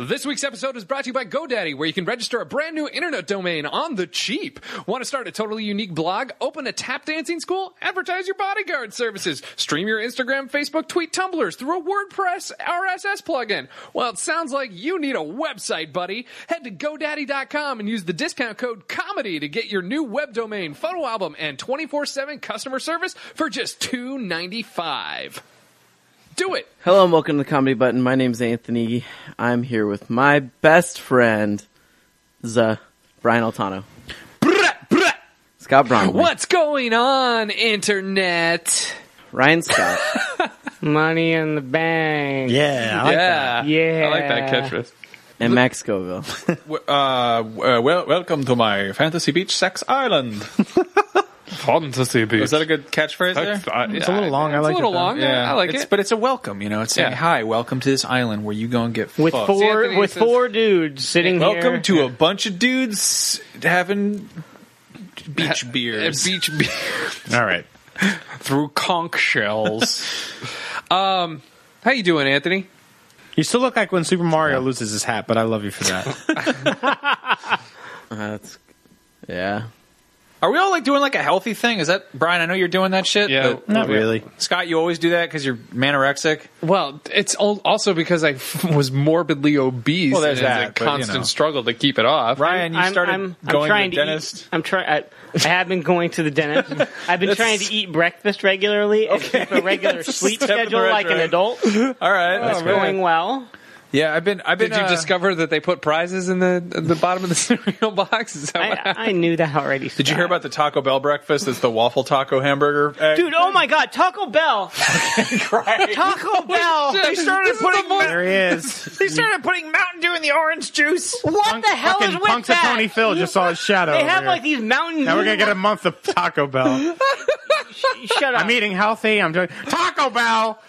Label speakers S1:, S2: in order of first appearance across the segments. S1: This week's episode is brought to you by GoDaddy, where you can register a brand new internet domain on the cheap. Want to start a totally unique blog, open a tap dancing school, advertise your bodyguard services, stream your Instagram, Facebook, tweet, Tumblrs through a WordPress RSS plugin? Well, it sounds like you need a website, buddy. Head to GoDaddy.com and use the discount code COMEDY to get your new web domain, photo album, and 24-7 customer service for just $2.95. Do it!
S2: Hello and welcome to the Comedy Button. My name's Anthony. I'm here with my best friend, Za Brian Altano, Scott Bronwyn,
S1: What's going on, internet?
S2: Ryan Scott,
S3: Money in the bank.
S4: Yeah, I like
S1: yeah,
S3: Yeah.
S1: I like that catchphrase.
S2: and Max Scoville.
S4: that. Uh, w- uh, well, welcome to my fantasy beach sex island.
S1: Fantasy beast.
S4: Is that a good catchphrase there?
S3: It's a little long. I
S1: It's a
S3: like
S1: little
S3: it, though.
S1: long. I like
S4: uh, it's,
S1: it.
S4: But it's a welcome, you know. It's saying,
S1: Yeah.
S4: "Hi, welcome to this island where you gonna get
S3: With
S4: fucked."
S3: four
S1: Anthony
S3: with
S1: says-
S3: four dudes sitting
S4: Welcome
S3: here.
S4: to a bunch of dudes having beach
S1: A
S4: beers
S1: beach beer
S4: All right,
S1: through conch shells. um, how you doing, Anthony?
S5: You still look like when Super Mario loses his hat, but I love you for that.
S2: Uh, That's yeah.
S4: are we all like doing like a healthy thing? Is that Brian? I know you're doing that shit.
S1: Yeah.
S4: but-
S5: Not really.
S4: Scott, you always do that because you're manorexic.
S1: Well, it's al- also because I f- was morbidly obese.
S4: Well, there's
S1: and
S4: that,
S1: It's
S4: but,
S1: a
S4: you
S1: constant
S4: know.
S1: struggle to keep it off.
S4: Ryan, you
S3: I'm,
S4: started
S3: I'm, I'm
S4: going
S3: trying
S4: to
S3: to,
S4: the dentist.
S3: Eat, I'm trying. I have been going to the dentist. I've been trying to eat breakfast regularly and keep a regular
S4: That's a
S3: sleep
S4: step in the
S3: schedule
S4: right
S3: like an
S4: direction.
S3: adult.
S4: All right, that's
S3: It's going well.
S4: Yeah, I've been. I've been.
S1: Did you
S4: uh,
S1: discover that they put prizes in the in the bottom of the cereal box? Is that what
S3: I, I knew that already.
S4: Did you hear about the Taco Bell breakfast? It's the waffle taco hamburger. egg?
S3: Dude, oh my God, Taco Bell!
S4: Right.
S3: Taco Bell!
S1: They started putting
S5: There he is.
S4: They started putting Mountain Dew in the orange juice.
S3: What the hell is
S5: Fucking
S3: with
S5: punks
S3: that?
S5: of Tony Phil just saw his shadow.
S3: they
S5: over
S3: have
S5: here.
S3: like these mountain.
S5: Now we're gonna
S3: Dew-
S5: get a month of Taco Bell.
S3: Shut up!
S5: I'm eating healthy. I'm doing Taco Bell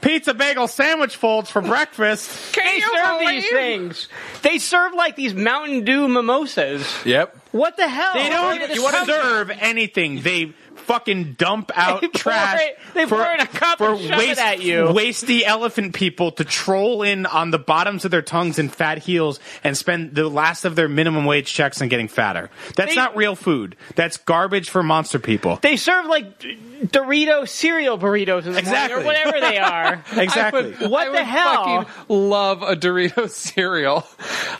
S5: pizza bagel sandwich folds for breakfast.
S3: they serve these things. They serve like these Mountain Dew mimosas.
S4: Yep.
S3: What the hell?
S5: They
S3: Where
S5: don't
S3: did this
S5: you want to
S3: come from?
S5: serve anything. They fucking dump out
S3: They pour
S5: trash.
S3: it- they
S5: for,
S3: pour it in a cup
S5: for
S3: and shove it
S5: waste,
S3: at you.
S5: Wasty elephant people to troll in on the bottoms of their tongues and fat heels and spend the last of their minimum wage checks on getting fatter. That's
S3: They-
S5: not real food. That's garbage for monster people.
S3: They serve like d- Dorito cereal burritos in the
S5: Exactly.
S3: morning or whatever they are.
S5: exactly.
S1: But
S3: What
S1: I
S3: the
S1: would
S3: hell?
S1: Fucking love a Dorito cereal.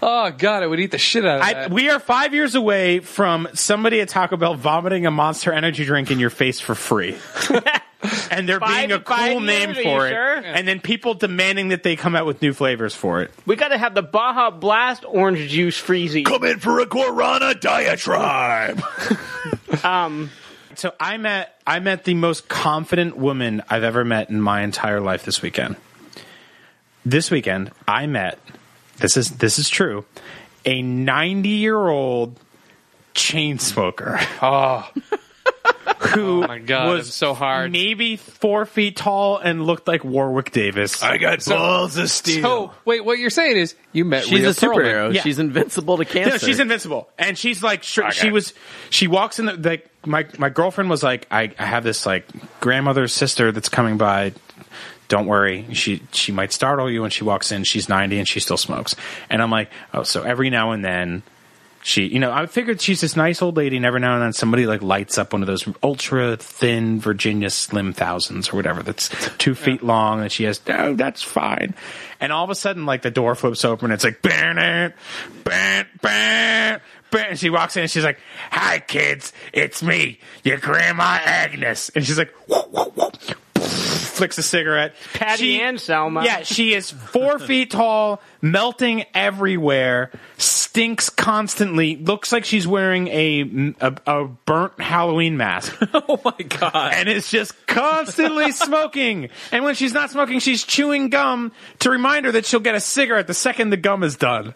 S1: Oh god, I would eat the shit out of
S5: I,
S3: Uh,
S1: that.
S5: we are five years away from somebody at Taco Bell vomiting a Monster Energy drink in your face for free, and there
S3: Five-
S5: being a
S3: five
S5: cool name
S3: years, are
S5: for
S3: you
S5: it,
S3: sure?
S5: and then people demanding that they come out with new flavors for it.
S3: We got to have the Baja Blast orange juice freezy.
S5: Come in for a guarana diatribe.
S3: Um,
S5: so I met I met the most confident woman I've ever met in my entire life this weekend. This weekend I met this is this is true a 90 year old chain smoker
S1: oh.
S5: who
S1: my God,
S5: was
S1: it's so hard.
S5: maybe four feet tall and looked like Warwick Davis.
S4: I got balls of steel.
S1: Oh, wait, what you're saying is you met
S2: She's
S1: Rhea
S2: a superhero.
S1: Perlman.
S5: Yeah.
S2: She's invincible to cancer.
S5: No, she's invincible, and she's like str- she was. She walks in the like my my girlfriend was like I, I have this like grandmother's sister that's coming by. Don't worry, she she might startle you when she walks in. She's ninety and she still smokes, and I'm like oh so every now and then. She, you know, I figured she's this nice old lady, and every now and then somebody like lights up one of those ultra thin Virginia Slim thousands or whatever that's two feet long, and she has, oh, that's fine. And all of a sudden, like the door flips open, and it's like, ban it, ban, ban, ban. And she walks in, and she's like, hi, kids, it's me, your grandma Agnes. And she's like, whoop, whoop, whoop. Flicks a cigarette.
S3: Patty and Selma.
S5: Yeah, she is four feet tall, melting everywhere, stinks constantly. Looks like she's wearing a a, a burnt Halloween mask,
S4: Oh my god.
S5: and is just constantly smoking. And when she's not smoking, she's chewing gum to remind her that she'll get a cigarette the second the gum is done.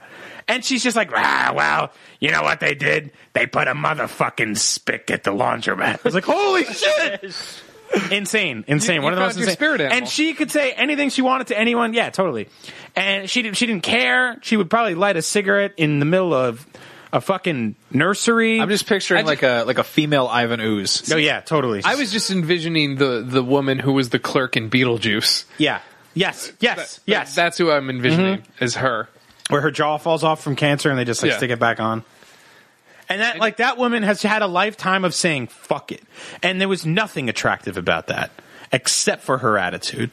S5: And she's just like, ah, well, you know what they did? They put a motherfucking spick at the laundromat. I was like, holy shit! insane, insane. One
S1: you
S5: of the most
S1: found your
S5: insane.
S1: spirit animal.
S5: And she could say anything she wanted to anyone. Yeah, totally. And she didn't. She didn't care. She would probably light a cigarette in the middle of a fucking nursery.
S4: I'm just picturing
S1: I just-
S4: like a like a female Ivan Ooze.
S5: Oh yeah, totally.
S1: I was just envisioning the the woman who was the clerk in Beetlejuice.
S5: Yeah. Yes. Yes. yes.
S2: Mm-hmm.
S1: That's who I'm envisioning as her.
S5: where her jaw falls off from cancer and they just like
S1: Yeah.
S5: stick it back on. And that like that woman has had a lifetime of saying fuck it. And there was nothing attractive about that except for her attitude.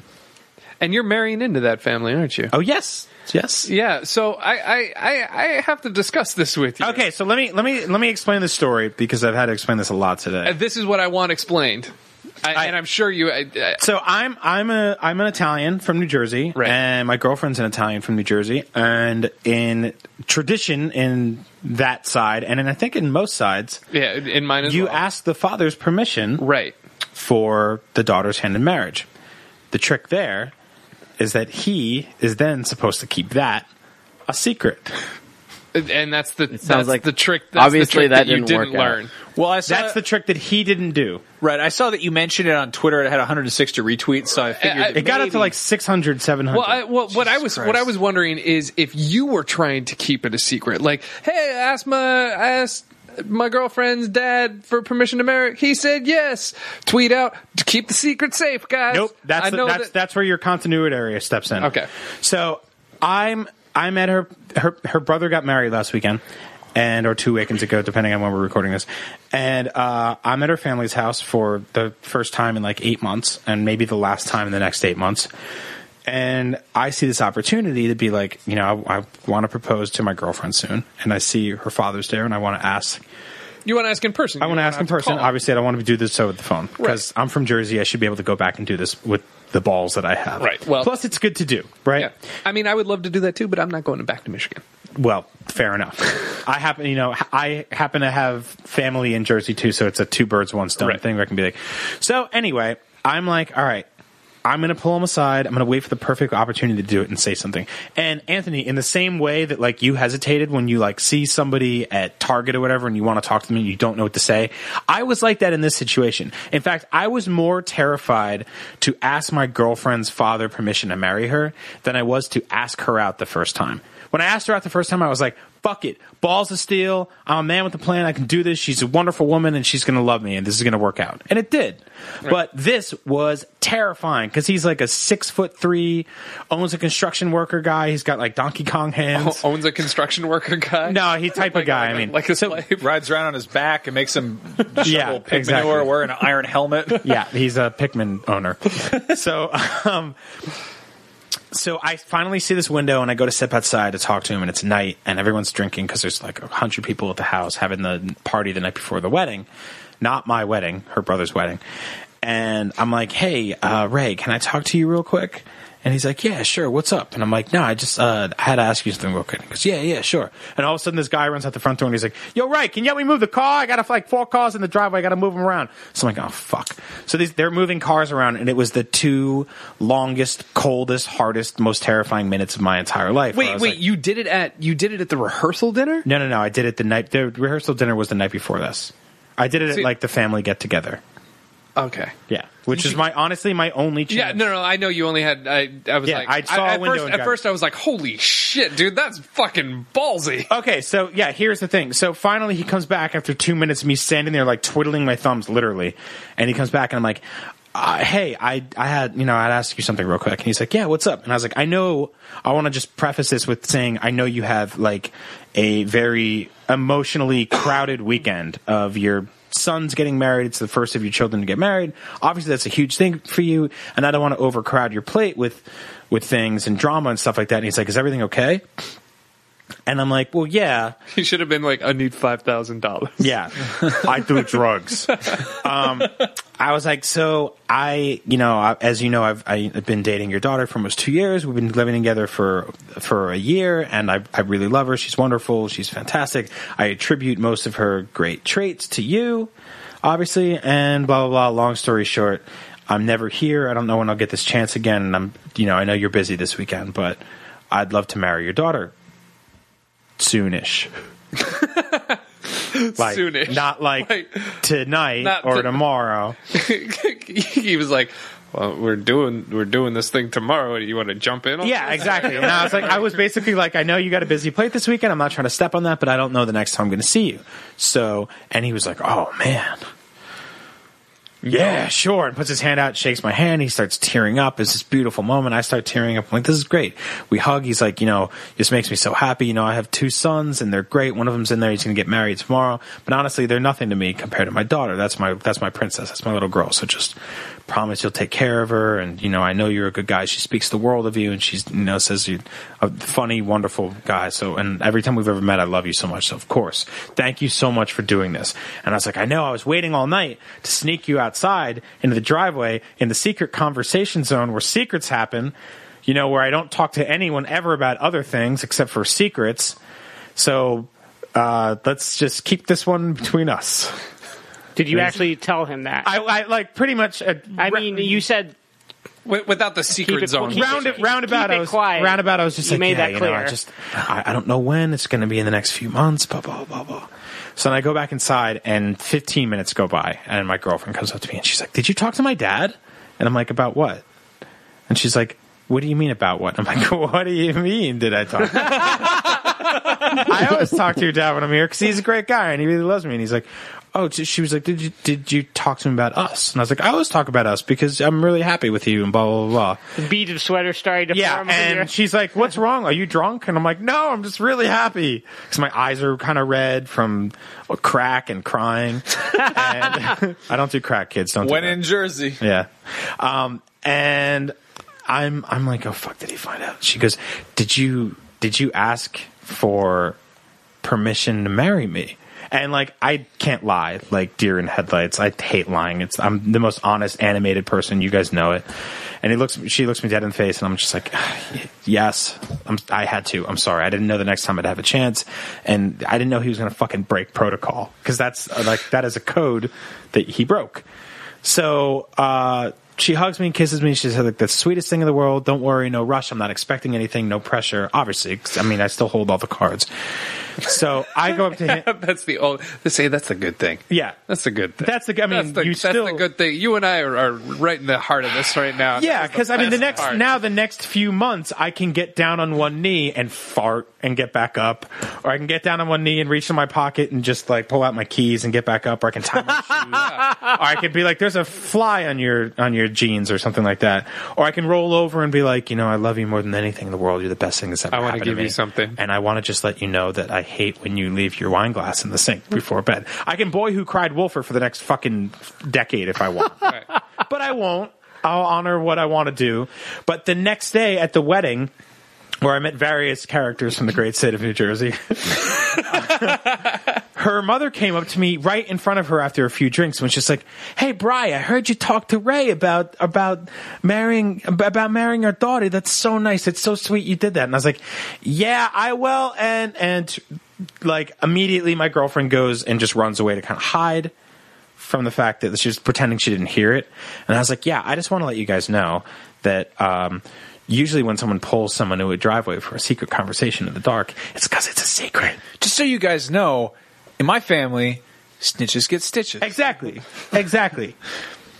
S1: And you're marrying into that family, aren't you?
S5: Oh yes. Yes.
S1: Yeah, so I, I, I, I have to discuss this with you.
S5: Okay, so let me let me let me explain this story because I've had to explain this a lot today.
S1: And Uh, this is what I want explained. I,
S5: I-
S1: and I'm sure you. I, I,
S5: So I'm I'm a I'm an Italian from New Jersey,
S1: Right.
S5: and my girlfriend's an Italian from New Jersey, and in tradition in that side, and in, I think in most sides,
S1: yeah, in mine as
S5: you
S1: well.
S5: ask the father's permission
S1: Right.
S5: for the daughter's hand in marriage. The trick there is that he is then supposed to keep that a secret.
S1: And that's the
S2: sounds
S1: that's
S2: like-
S1: the trick. That's the
S2: obviously
S1: trick that,
S2: that
S1: you
S2: didn't
S1: didn't
S2: work out.
S1: learn.
S4: Well, I saw
S5: That's the trick that he didn't do.
S4: right. I saw that you mentioned it on Twitter. It had 160 retweets, so I figured
S1: I-
S5: It got up to
S1: Maybe.
S5: like 600, 700.
S1: Well, I, well what I was what I was wondering is if you were trying to keep it a secret, like, hey, I asked my I asked my girlfriend's dad for permission to marry. He said yes. Tweet out to keep the secret safe, guys.
S5: Nope. That's
S1: I
S5: the,
S1: know
S5: that's
S1: that-
S5: that's where your continuity area steps in.
S1: Okay.
S5: So I'm I met her her her brother got married last weekend. And or two weekends ago, depending on when we're recording this, and uh, I'm at her family's house for the first time in like eight months, and maybe the last time in the next eight months. And I see this opportunity to be like, you know, I, I want to propose to my girlfriend soon, and I see her father's there, and I want to ask
S1: you want to ask in person.
S5: I want to ask in person. Obviously, I don't want to do this over the phone because I'm from Jersey. I should be able to go back and do this with the balls that I have.
S1: Right. Well-
S5: plus it's good to do. Right.
S1: Yeah. I mean, I would love to do that too, but I'm not going back to Michigan.
S5: Well, fair enough. I happen, you know, I happen to have family in Jersey too, so it's a two birds one stone
S1: Right.
S5: thing where I can be like. So anyway, I'm like, all right. I'm going to pull him aside. I'm going to wait for the perfect opportunity to do it and say something. And Anthony, in the same way that like you hesitated when you like see somebody at Target or whatever and you want to talk to them and you don't know what to say, I was like that in this situation. In fact, I was more terrified to ask my girlfriend's father permission to marry her than I was to ask her out the first time. When I asked her out the first time, I was like, fuck it. Balls of steel. I'm a man with a plan. I can do this. She's a wonderful woman and she's going to love me and this is going to work out. And it did. But this was terrifying because he's like a six foot three, owns a construction worker guy. He's got like Donkey Kong hands.
S1: Owns a construction worker guy. Oh
S5: No, he type of guy. I mean,
S1: like a slave.
S4: rides around on his back and makes him shovel
S5: Yeah,
S4: pig
S5: exactly.
S4: manure wearing an iron helmet.
S5: yeah, he's a Pikmin owner. so, um, so I finally see this window and I go to step outside to talk to him, and it's night and everyone's drinking because there's like a hundred people at the house having the party the night before the wedding, not my wedding, her brother's wedding. And I'm like, hey, uh, Ray, can I talk to you real quick? And he's like, yeah, sure. What's up? And I'm like, no, I just uh, I had to ask you something real quick. He goes, yeah, yeah, sure. And all of a sudden, this guy runs out the front door and he's like, yo, Ray, can you help me move the car? I got like four cars in the driveway. I got to move them around. So I'm like, oh fuck. So these, they're moving cars around, and it was the two longest, coldest, hardest, most terrifying minutes of my entire life. where I
S1: Wait,
S5: was
S1: wait.
S5: like,
S1: you did it at you did it at the rehearsal dinner.
S5: no, no, no. I did it the night. The rehearsal dinner was the night before this. I did it
S1: See-
S5: at like the family get together.
S1: Okay.
S5: Yeah, which is my honestly my only chance.
S1: Yeah, no, no, I know you only had. I, I was
S5: Yeah,
S1: like,
S5: I saw a
S1: at
S5: window
S1: first,
S5: and
S1: at
S5: got
S1: first, I was like, "Holy shit, dude, that's fucking ballsy."
S5: Okay, so yeah, here's the thing. So finally, he comes back after two minutes of me standing there, like twiddling my thumbs, literally. And he comes back, and I'm like, uh, "Hey, I, I had, you know, I'd ask you something real quick." And he's like, "Yeah, what's up?" And I was like, "I know. I want to just preface this with saying I know you have like a very emotionally crowded weekend of your son's getting married. It's the first of your children to get married. Obviously, that's a huge thing for you, and I don't want to overcrowd your plate with." With things and drama and stuff like that, and he's like, "Is everything okay?" And I'm like, "Well, yeah."
S1: He should have been like, "I need five thousand dollars."
S5: Yeah, I do drugs. Um, I was like, so I, you know, I, as you know, I've I've been dating your daughter for almost two years. We've been living together for for a year, and I I really love her. She's wonderful. She's fantastic. I attribute most of her great traits to you, obviously. And blah blah blah. Long story short, I'm never here. I don't know when I'll get this chance again. And I'm, you know, I know you're busy this weekend, but I'd love to marry your daughter soonish. like,
S1: Soonish.
S5: Not like,
S1: Like,
S5: tonight
S1: not
S5: or
S1: to-
S5: tomorrow.
S1: he was like, "Well, we're doing we're doing this thing tomorrow. You want to jump in?" on
S5: Yeah,
S1: this?"
S5: exactly. And I was like, I was basically like, I know you got a busy plate this weekend. I'm not trying to step on that, but I don't know the next time I'm going to see you. So, and he was like, oh man, yeah, sure. And puts his hand out, shakes my hand. He starts tearing up. It's this beautiful moment. I start tearing up. I'm like, this is great. We hug. He's like, you know, this makes me so happy. You know, I have two sons and they're great. One of them's in there. He's going to get married tomorrow. But honestly, they're nothing to me compared to my daughter. That's my, that's my princess. That's my little girl. So just promise you'll take care of her. And, you know, I know you're a good guy. She speaks the world of you and she's, you know, says you're a funny, wonderful guy. So, and every time we've ever met, I love you so much. So of course, thank you so much for doing this. And I was like, I know I was waiting all night to sneak you outside into the driveway in the secret conversation zone where secrets happen, you know, where I don't talk to anyone ever about other things except for secrets. So, uh, let's just keep this one between us.
S3: Did you actually tell him that?
S5: I, I like pretty much. uh,
S3: I mean, you said
S1: Wi- without the secret
S3: it-
S1: zone.
S3: keep it-
S5: round roundabout.
S3: keep it
S5: I was
S3: quiet.
S5: roundabout. I was just
S3: You
S5: like,
S3: made
S5: yeah,
S3: that
S5: you know, I
S3: clear.
S5: just I, I don't know when it's going to be in the next few months. Blah blah blah blah. So then I go back inside, and 15 minutes go by, and my girlfriend comes up to me and she's like, "Did you talk to my dad?" And I'm like, "About what?" And she's like, "What do you mean about what?" I'm like, "What do you mean? Did I talk?" to him?" I always talk to your dad when I'm here because he's a great guy and he really loves me. And he's like, "Oh," t- she was like, "Did you did you talk to him about us?" And I was like, "I always talk about us because I'm really happy with you and blah blah blah."
S3: bead of sweater started to
S5: Yeah,
S3: form over your-
S5: and she's like, "What's wrong? Are you drunk?" And I'm like, "No, I'm just really happy because my eyes are kind of red from a crack and crying." and I don't do crack, kids. Don't.
S4: When
S5: do that.
S4: in Jersey.
S5: yeah, um, and I'm I'm like, "Oh fuck, did he find out?" She goes, "Did you did you ask for permission to marry me?" And like, I can't lie, like deer in headlights. I hate lying. It's I'm the most honest, animated person. You guys know it. And he looks, she looks me dead in the face, and I'm just like, yes, I'm, I had to. I'm sorry. I didn't know the next time I'd have a chance, and I didn't know he was gonna fucking break protocol because that's uh, like that is a code that he broke. So uh, she hugs me and kisses me. She says, like, the sweetest thing in the world. Don't worry. No rush. I'm not expecting anything. No pressure. Obviously. 'cause, I mean, I still hold all the cards. So I go up to him.
S1: that's the old. They say that's a good thing.
S5: Yeah.
S1: That's a good thing.
S5: That's the- I mean,
S1: that's the,
S5: you
S1: that's
S5: still-
S1: the good thing. You and I are, are right in the heart of this right now.
S5: Yeah,
S1: That's
S5: because I mean, the
S1: best
S5: next
S1: part.
S5: now, the next few months, I can get down on one knee and fart and get back up, or I can get down on one knee and reach in my pocket and just like pull out my keys and get back up, or I can tie my shoe, or I could be like, "There's a fly on your on your jeans" or something like that, or I can roll over and be like, "You know, I love you more than anything in the world. You're the best thing that's ever
S1: I wanna
S5: happened
S1: give
S5: to
S1: you
S5: me."
S1: something.
S5: and I want to just let you know that I hate when you leave your wine glass in the sink before bed. I can boy who cried wolfer for the next fucking decade if I want but I won't. I'll honor what I want to do. But the next day at the wedding, where I met various characters from the great state of New Jersey, her mother came up to me right in front of her after a few drinks and was just like, "Hey, Bri, I heard you talk to Ray about about marrying ab- about marrying our daughter. That's so nice. It's so sweet you did that." And I was like, "Yeah, I will." And and like immediately, my girlfriend goes and just runs away to kind of hide from the fact that she was pretending she didn't hear it. And I was like, yeah, I just want to let you guys know that um, usually when someone pulls someone to a driveway for a secret conversation in the dark, it's because it's a secret.
S4: Just so you guys know, in my family, snitches get stitches.
S5: Exactly. Exactly.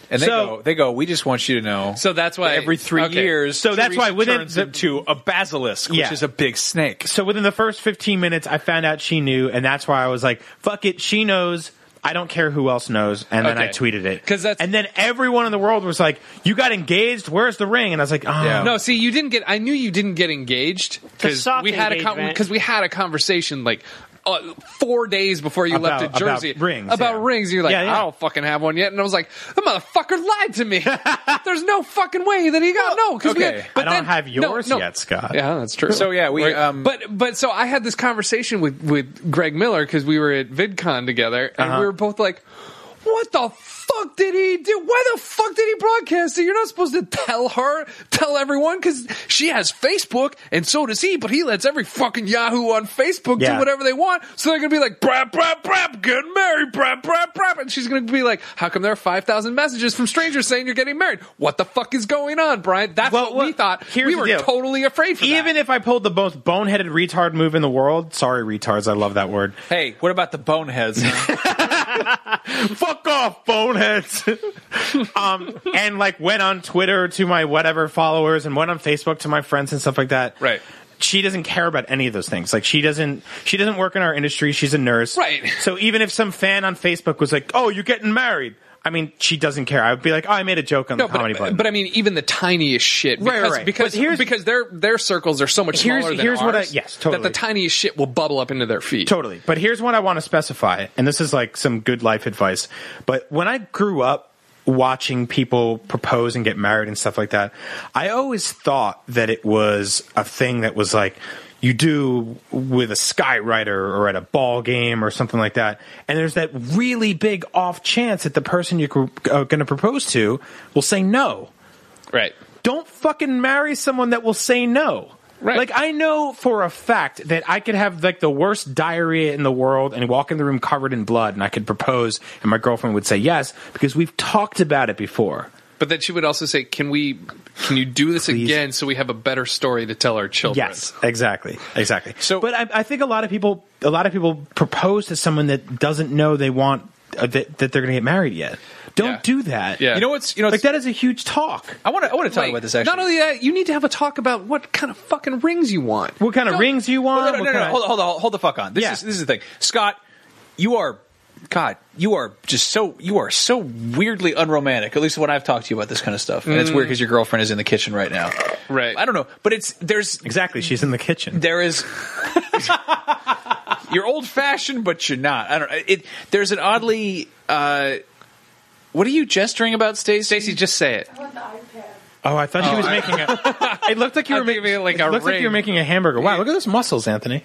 S4: And they
S5: So-
S4: go, they go. We just want you to know.
S1: So that's why-
S4: every three
S1: okay.
S4: years,
S5: So that's why
S4: Teresa
S5: within
S4: turns
S5: the-
S4: into a basilisk,
S5: Yeah.
S4: which is a big snake.
S5: so within the first 15 minutes, I found out she knew, and that's why I was like, fuck it, she knows. I don't care who else knows. And then I
S1: Okay.
S5: tweeted it.
S1: 'Cause that's-
S5: and then everyone in the world was like, you got engaged? Where's the ring? And I was like, oh.
S4: Yeah.
S1: No, see, you didn't get. I knew you didn't get engaged because
S3: soft
S1: we had a
S3: engagement.
S1: because we had a conversation like uh, four days before you left to
S5: About-
S1: Jersey
S5: about rings,
S1: About
S5: yeah.
S1: rings, you're like,
S5: Yeah, yeah.
S1: I don't fucking have one yet, and I was like, the motherfucker lied to me. There's no fucking way that he got no. Because
S4: okay.
S5: I don't have yours yet, Scott.
S1: Yeah, that's true.
S4: So, yeah, we,
S1: Right.
S4: um,
S1: but but so I had this conversation with with Greg Miller because we were at VidCon together, and
S5: Uh-huh.
S1: we were both like, "What the fuck did he do? Why the fuck did he broadcast it? You're not supposed to tell her, tell everyone, because she has Facebook, and so does he. But he lets every fucking Yahoo on Facebook do
S5: Yeah.
S1: whatever they want. So they're gonna be like, brap brap brap, get married, brap brap brap, and she's gonna be like, how come there are five thousand messages from strangers saying you're getting married? What the fuck is going on, Brian? That's
S5: Well,
S1: what, we
S5: well,
S1: thought.
S5: here's
S1: we
S5: the
S1: were
S5: deal.
S1: totally afraid for that.
S5: Even if I pulled the most boneheaded retard move in the world, sorry retards, I love that word.
S4: Hey, what about the boneheads? huh?
S5: fuck off, boneheads. um, and like went on Twitter to my whatever followers and went on Facebook to my friends and stuff like that.
S1: Right.
S5: She doesn't care about any of those things. Like she doesn't she doesn't work in our industry. She's a nurse.
S1: Right.
S5: So even if some fan on Facebook was like, "Oh, you're getting married." I mean, she doesn't care. I would be like, oh, I made a joke on
S1: No,
S5: the comedy
S1: but,
S5: button.
S1: but I mean, even the tiniest shit.
S5: Right,
S1: Because,
S5: right, right.
S1: Because,
S5: But here's-
S1: because their their circles are so much
S5: Here's-
S1: smaller than
S5: here's what I-
S1: ours
S5: yes,
S1: That
S5: totally.
S1: the tiniest shit will bubble up into their feet.
S5: Totally. But here's what I want to specify, and this is like some good life advice. But when I grew up watching people propose and get married and stuff like that, I always thought that it was a thing that was like you do with a skywriter or at a ball game or something like that. And there's that really big off chance that the person you're going to propose to will say no
S1: Right.
S5: don't fucking marry someone that will say no.
S1: Right.
S5: Like I know for a fact that I could have like the worst diarrhea in the world and walk in the room covered in blood and I could propose and my girlfriend would say yes because we've talked about it before.
S1: But then she would also say, "Can we? Can you do this
S5: Please.
S1: again so we have a better story to tell our children?"
S5: Yes, exactly, exactly.
S4: So-
S5: So, but I, I think a lot of people, a lot of people propose to someone that doesn't know they want uh, that, that they're going to get married yet. Don't
S1: Yeah.
S5: do that.
S1: Yeah.
S4: You know what's you know what's,
S5: like that is a huge talk.
S4: I want to I want to talk
S1: Like,
S4: about this actually.
S1: Not only that, you need to have a talk about what kind of fucking rings you want.
S5: What kind of rings you
S4: no,
S5: want?
S4: no, no,
S5: What
S4: no, no,
S5: kind of-
S4: Hold, hold, hold, hold the fuck on. This
S5: Yeah.
S4: is this is the thing, Scott. You are, God, you are just so you are so weirdly unromantic. At least when I've talked to you about this kind of stuff, and it's weird because your girlfriend is in the kitchen right now.
S1: Mm. Right.
S4: I don't know, but it's there's
S5: Exactly. She's in the kitchen.
S4: there is. you're old fashioned, but you're not. I don't. It there's an oddly. Uh, what are you gesturing about, Stacey?
S1: Stacey, just say it.
S6: want the iPad.
S5: Oh, I thought she was making a. It looked like you
S1: I
S5: were
S1: think
S5: making
S1: it was like
S5: it
S1: a
S5: looks like you
S1: ring.
S5: were making a hamburger. Wow, look at those muscles, Anthony.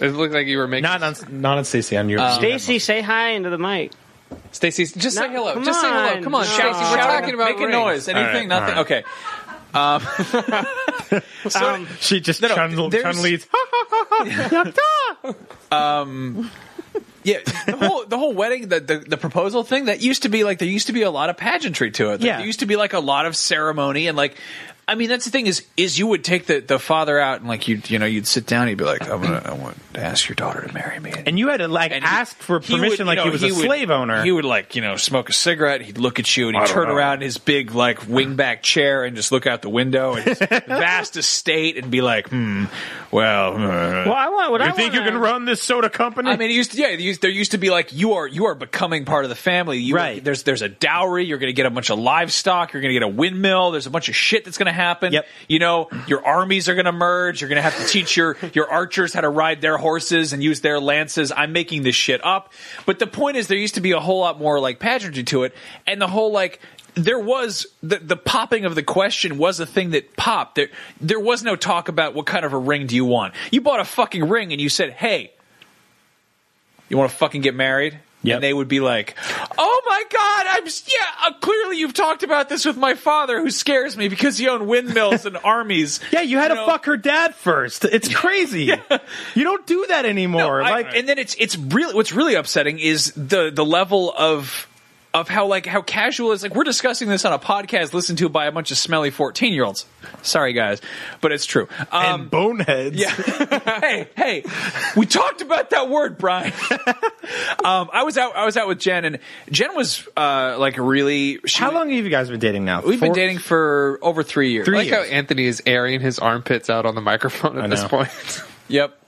S1: It looked like you were making.
S5: Not on, not on Stacy. On your
S3: Stacy, say hi into the mic.
S1: Stacey, just say
S3: No,
S1: hello.
S3: come
S1: Just say hello.
S3: on.
S1: Come on,
S3: No.
S1: Stacey. We're
S3: Shout
S1: talking about
S4: Make
S1: rings.
S4: a noise. Anything?
S5: All right,
S4: nothing.
S5: all right.
S4: Okay.
S3: Um,
S5: she just
S4: No, no,
S5: chun,
S4: there's-
S5: chun leads.
S4: Yeah, the whole the whole wedding, the, the the proposal thing that used to be like there used to be a lot of pageantry to it. Like,
S5: Yeah.
S4: there used to be like a lot of ceremony and like. I mean, that's the thing is is you would take the, the father out and like you you know you'd sit down and you'd be like I'm gonna I want to ask your daughter to marry me
S5: and you had to like
S4: And he-
S5: ask for
S4: he would, you
S5: permission, like
S4: know,
S5: he was a
S4: would-
S5: slave owner.
S4: He would like you know smoke a cigarette. He'd look at you and he'd
S5: don't
S4: turn
S5: know.
S4: around in his big like wingback chair and just look out the window and his vast estate and be like, hmm, well, uh,
S3: well, I want what I
S5: you think you
S3: wanna-
S5: can run this soda company?
S4: I mean, it used to, yeah, it used, there used to be like you are you are becoming part of the family. You,
S5: Right.
S4: There's there's a dowry. You're going to get a bunch of livestock. You're going to get a windmill. There's a bunch of shit that's going to happen.
S5: Yep.
S4: You know, your armies are going to merge. You're going to have to teach your your archers how to ride their horses and use their lances. I'm making this shit up, but the point is, there used to be a whole lot more like pageantry to it, and the whole like. There was the, the popping of the question was a thing that popped. There there was no talk about what kind of a ring do you want. You bought a fucking ring and you said, "Hey, you want to fucking get married?
S5: Yep.
S4: And they would be like, "Oh my god, I'm s- yeah. Uh, clearly, you've talked about this with my father, who scares me because he owned windmills and armies.
S5: yeah, you had to
S4: know?
S5: fuck her dad first. It's crazy. You don't do that anymore.
S4: I-
S5: like,
S4: and then it's it's really what's really upsetting is the the level of of how like how casual it's like we're discussing this on a podcast listened to by a bunch of smelly fourteen year olds. Sorry guys, but it's true. Um,
S5: and boneheads.
S4: Yeah. hey, hey, we talked about that word, Brian. um, I was out. I was out with Jen, and Jen was uh, like really. She
S5: How
S4: was-
S5: long have you guys been dating now?
S4: We've
S5: Four-
S4: been dating for over three years.
S5: Three
S1: I like how
S5: years.
S1: Anthony is airing his armpits out on the microphone at
S5: I
S1: this
S5: know. Um,
S1: point.
S4: Yep.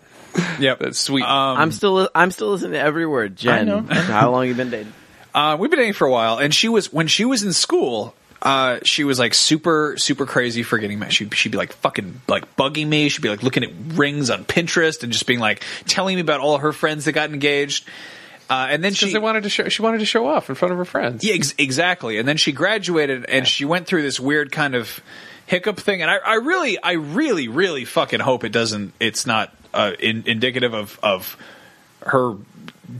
S4: Yep.
S1: That's sweet.
S2: I'm still I'm still listening to every word, Jen. How long you been dating?
S4: Uh, we've been dating for a while, and she was when she was in school. Uh, she was like super, super crazy for getting married. She, she'd be like fucking like bugging me. She'd be like looking at rings on Pinterest and just being like telling me about all her friends that got engaged. Uh, and then
S1: Because
S4: she
S1: they wanted to show, she wanted to show off in front of her friends.
S4: Yeah, ex- exactly. And then she graduated, and she went through this weird kind of hiccup thing. And I, I really, I really, really fucking hope it doesn't. It's not uh, in, indicative of of her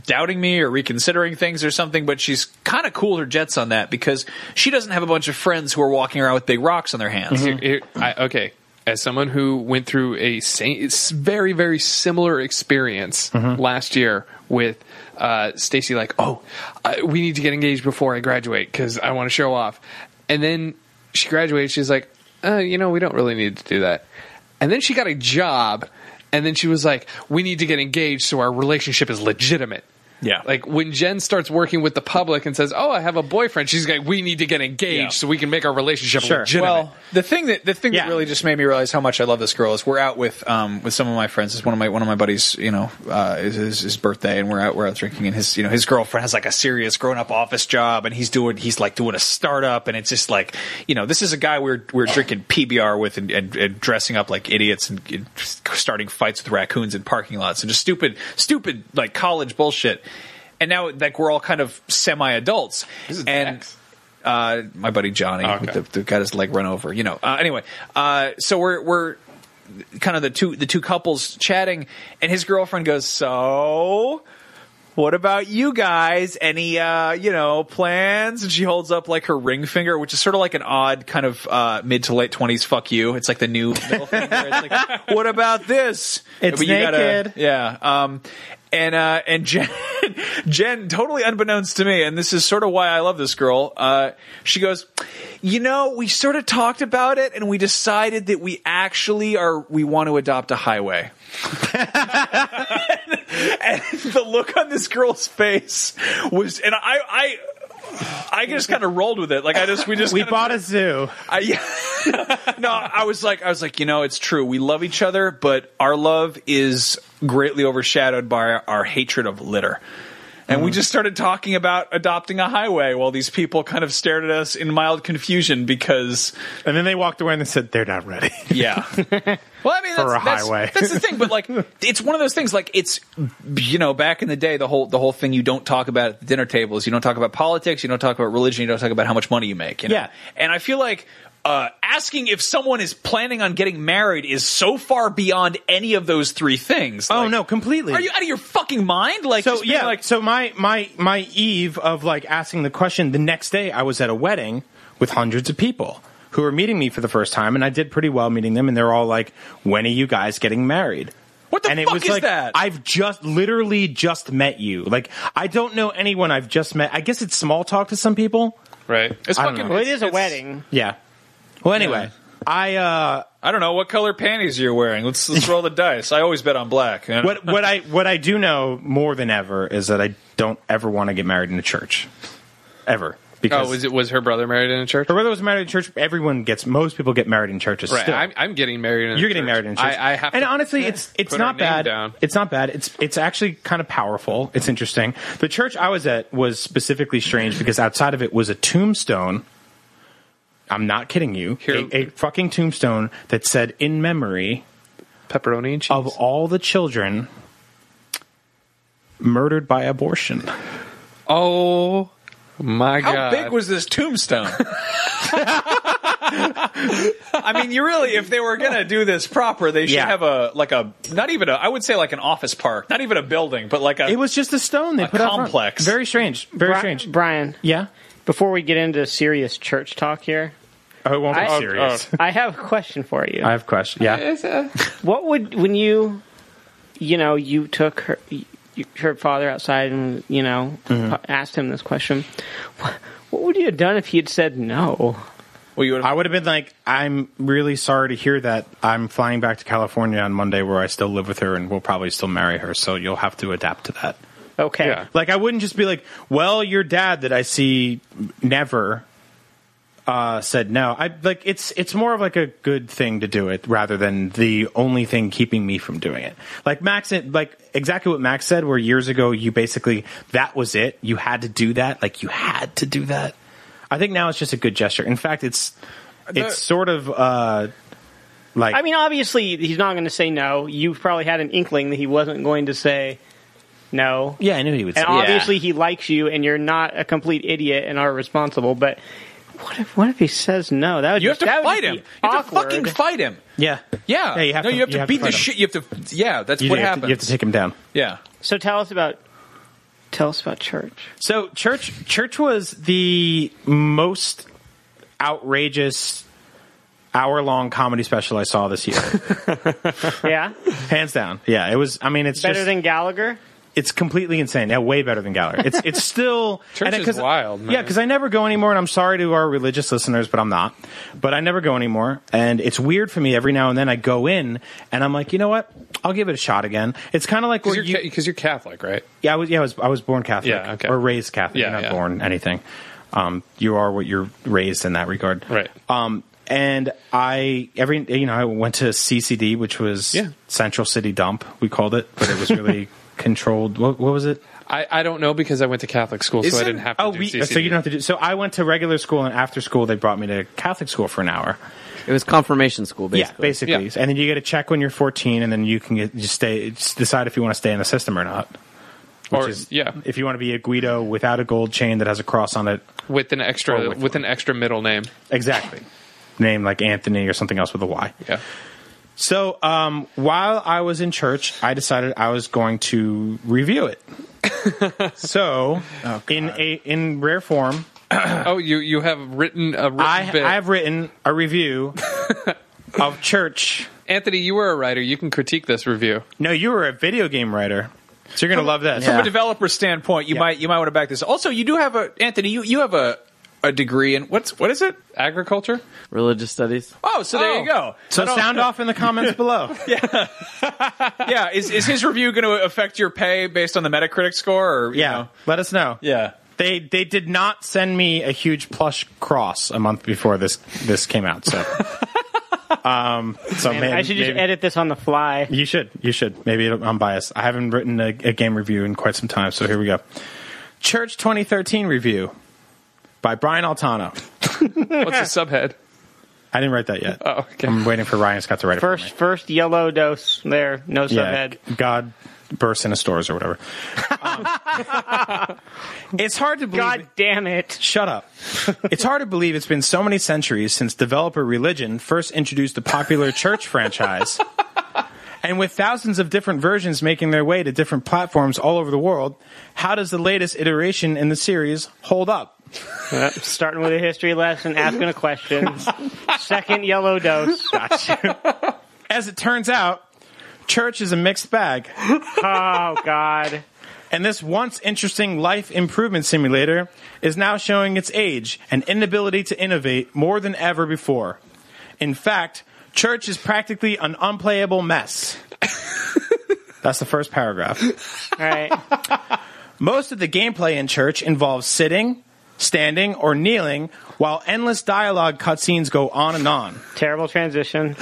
S4: doubting me or reconsidering things or something. But she's kind of cooled her jets on that because she doesn't have a bunch of friends who are walking around with big rocks on their hands.
S1: Here- I, okay. As someone who went through a same, it's very, very similar experience
S4: Mm-hmm.
S1: last year with uh, Stacy, like, oh, I, we need to get engaged before I graduate because I want to show off. And then she graduated. She's like, uh, you know, we don't really need to do that. And then she got a job. And then she was like, we need to get engaged so our relationship is legitimate.
S4: Yeah.
S1: Like when Jen starts working with the public and says, "Oh, I have a boyfriend," she's like, "We need to get engaged
S4: Yeah.
S1: so we can make our relationship
S5: Sure.
S1: legitimate."
S4: Well, the thing that the thing
S5: Yeah.
S4: that really just made me realize how much I love this girl is we're out with um with some of my friends. It's one of my one of my buddies, you know, uh is his, his birthday and we're out we're out drinking and his you know, his girlfriend has like a serious grown up office job and he's doing he's like doing a startup and it's just like you know, this is a guy we're we're drinking PBR with and, and, and dressing up like idiots and, and starting fights with raccoons in parking lots and just stupid stupid like college bullshit. And now like we're all kind of semi adults. And uh, my buddy Johnny,
S5: Okay.
S4: the, the got his leg run over. You know. Uh, anyway, uh, so we're we're kind of the two the two couples chatting, and his girlfriend goes, "So, what about you guys? Any uh, you know plans?" And she holds up like her ring finger, which is sort of like an odd kind of uh, mid to late twenties "fuck you." It's like the new middle finger. It's like, what about this?
S5: It's
S4: you gotta-
S5: naked.
S4: yeah. Um, and uh, and Jen, Jen, totally unbeknownst to me, and this is sort of why I love this girl. Uh, she goes, you know, we sort of talked about it, and we decided that we actually are we want to adopt a highway. and, the look on this girl's face was, and I, I. I just kind of rolled with it, like I just we just
S5: We
S4: kinda-
S5: bought a zoo.
S4: I, yeah. no, I was like, I was like, you know, it's true. We love each other, but our love is greatly overshadowed by our, our hatred of litter. And we just started talking about adopting a highway while these people kind of stared at us in mild confusion because,
S5: And then they walked away and they said, they're not ready.
S4: yeah. well, I mean, that's,
S5: For a
S4: that's-
S5: highway.
S4: that's the thing. But like, it's one of those things. Like, it's you know, back in the day, the whole the whole thing you don't talk about at the dinner tables. You don't talk about politics. You don't talk about religion. You don't talk about how much money you make. You know?
S5: Yeah.
S4: And I feel like. Uh, asking if someone is planning on getting married is so far beyond any of those three things.
S5: oh,
S4: Like,
S5: no, completely.
S4: Are you out of your fucking mind? Like,
S5: so
S4: just being
S5: yeah,
S4: like
S5: so my my my eve of like asking the question the next day I was at a wedding with hundreds of people who were meeting me for the first time and I did pretty well meeting them and they're all like when are you guys getting married?
S4: What the
S5: and it
S4: fuck
S5: was
S4: is
S5: like,
S4: that?
S5: I've just literally just met you. Like I don't know anyone I've just met. I guess it's small talk to some people.
S1: right.
S4: it's
S5: I don't
S4: fucking.
S5: know.
S3: Well, it
S4: it's-
S3: is a
S4: it's-
S3: wedding.
S5: Yeah. Well anyway, I uh
S4: I don't know what color panties you're wearing. Let's let's roll the dice. I always bet on black. you know?
S5: what what I what I do know more than ever is that I don't ever want to get married in a church. Ever. Because
S1: Oh, was it was her brother married in a church?
S5: Her brother was married in church. Everyone gets most people get married in churches.
S1: Right.
S5: still.
S1: I'm, I'm getting married. In a
S5: You're getting
S1: church.
S5: married in church.
S1: I, I have.
S5: and
S1: to,
S5: honestly, it's it's
S1: Put
S5: not
S1: our name
S5: bad.
S1: down.
S5: It's not bad. It's it's actually kind of powerful. It's interesting. The church I was at was specifically strange because outside of it was a tombstone. I'm not kidding you.
S1: Here-
S5: A, a fucking tombstone that said in memory
S1: pepperoni and cheese.
S5: of all the children murdered by abortion.
S1: oh my
S4: How
S1: god!
S4: big was this tombstone? I mean, you really, if they were gonna do this proper, they should
S5: Yeah.
S4: have a like a not even a I would say like an office park, not even a building, but like a
S5: It was just a stone they
S4: A
S5: put out front.
S4: complex.
S5: Very strange. Very
S3: Bri-
S5: strange.
S3: Brian,
S5: yeah.
S3: before we get into serious church talk here,
S5: Oh, it won't be
S3: I- oh,
S5: serious.
S3: I have a question for you.
S5: I have questions. Yeah.
S1: It's a-
S3: What would when you, you know, you took her, you, her father outside and you know
S4: Mm-hmm.
S3: pu- asked him this question? What, what would you have done if he had said no?
S4: Well, you would
S5: I would have been like, I'm really sorry to hear that. I'm flying back to California on Monday where I still live with her and we'll probably still marry her. So you'll have to adapt to that.
S3: Okay,
S1: Yeah.
S5: Like, I wouldn't just be like, well, your dad that I see never uh, said no. I like it's it's more of like a good thing to do it rather than the only thing keeping me from doing it. Like Max, like exactly what Max said, where years ago you basically that was it. You had to do that. Like you had to do that. I think now it's just a good gesture. In fact, it's it's sort of uh like
S3: I mean, obviously he's not going to say no. You probably had an inkling that he wasn't going to say no.
S5: yeah, I knew he would.
S3: And
S5: say
S3: obviously he likes you, and you're not a complete idiot and are responsible. But what if what if he says no? That would
S4: you have
S3: just-
S4: to
S3: that would
S4: fight
S3: just
S4: him.
S3: be
S4: You have to
S3: awkward.
S4: fucking fight him.
S5: yeah,
S4: Yeah,
S5: Yeah, you have
S4: no,
S5: to-
S4: you have to
S5: you have to
S4: beat the
S5: fight him.
S4: shit. You have to. Yeah, that's
S5: You
S4: what
S5: do have to-
S4: happens.
S5: you have to take him down.
S4: yeah.
S3: So tell us about tell us about church.
S5: So church church was the most outrageous hour long comedy special I saw this year.
S3: Yeah,
S5: Hands down. Yeah, it was I mean it's
S3: better
S5: just
S3: than Gallagher.
S5: It's completely insane. Yeah, way better than Gallagher. It's it's still
S1: Church
S5: and it-
S1: is
S5: 'cause-
S1: wild, man.
S5: Yeah, because I never go anymore, and I'm sorry to our religious listeners, but I'm not. But I never go anymore, and it's weird for me. Every now and then, I go in, and I'm like, you know what? I'll give it a shot again. It's kind of like where
S1: Because
S5: you-
S1: you're, ca- 'cause you're Catholic, right?
S5: yeah, I was, yeah, I was, I was born Catholic.
S1: Yeah, okay.
S5: Or raised Catholic.
S1: Yeah,
S5: you're not
S1: yeah.
S5: born anything. Um, you are what you're raised in that regard.
S1: Right.
S5: Um, and I every you know I went to CCD, which was
S1: Yeah.
S5: Central City Dump, we called it, but it was really controlled. What, what was it?
S1: I, I don't know because I went to Catholic school, so I
S4: Isn't-
S1: didn't have to
S5: Oh,
S1: do
S5: we,
S1: CCD.
S5: so you don't have to do. So I went to regular school, and after school they brought me to Catholic school for an hour.
S2: It was confirmation school, basically.
S5: Yeah, basically.
S1: Yeah.
S5: And then you get a check when you're 14, and then you can get, just stay, just decide if you want to stay in the system or not. Which
S1: Or- yeah.
S5: if you want to be a Guido without a gold chain that has a cross on it,
S1: with an extra
S5: Or
S1: with,
S5: with
S1: an extra middle name.
S5: exactly, name like Anthony or something else with a Y.
S1: Yeah.
S5: So um, while I was in church, I decided I was going to review it. so in a in rare form,
S1: Oh, you you have written a written
S5: I
S1: bit.
S5: I have written a review of church.
S1: Anthony, you were a writer. You can critique this review.
S5: No, you were a video game writer, so you're gonna love this.
S2: Yeah.
S4: from a developer standpoint, you
S5: Yeah.
S4: might you might want to back this. Also, you do have a Anthony. You you have a a degree in what's what is it?
S1: Agriculture.
S2: Religious studies.
S4: Oh, so there
S1: Oh.
S4: you go.
S5: So
S4: I don't-
S5: sound off in the comments below.
S4: Yeah, is is his review going to affect your pay based on the Metacritic score? Or, you
S5: Yeah,
S4: know?
S5: let us know.
S4: yeah.
S5: They they did not send me a huge plush cross a month before this this came out. So, um, so
S3: And
S5: may-
S3: I should just
S5: maybe-
S3: edit this on the fly.
S5: You should. You should. Maybe it'll, I'm biased. I haven't written a, a game review in quite some time. So here we go. Church 2013 review by Brian Altano.
S1: What's the subhead?
S5: I didn't write that yet.
S1: Oh, okay.
S5: I'm waiting for Ryan Scott to write it. for me.
S3: First, first yellow dose there. No
S5: yeah,
S3: subhead.
S5: God bursts into stores or whatever. Um, it's hard to believe.
S3: God damn it!
S5: Shut up. It's hard to believe it's been so many centuries since developer religion first introduced the popular church franchise. And with thousands of different versions making their way to different platforms all over the world, how does the latest iteration in the series hold up?
S3: Yep, Starting with a history lesson, asking a question. Second yellow dose.
S5: As it turns out, church is a mixed bag.
S3: Oh God!
S5: And this once interesting life improvement simulator is now showing its age and inability to innovate more than ever before. In fact, church is practically an unplayable mess. That's the first paragraph.
S3: All right.
S5: Most of the gameplay in church involves sitting, standing, or kneeling, while endless dialogue cutscenes go on and on.
S3: Terrible transition.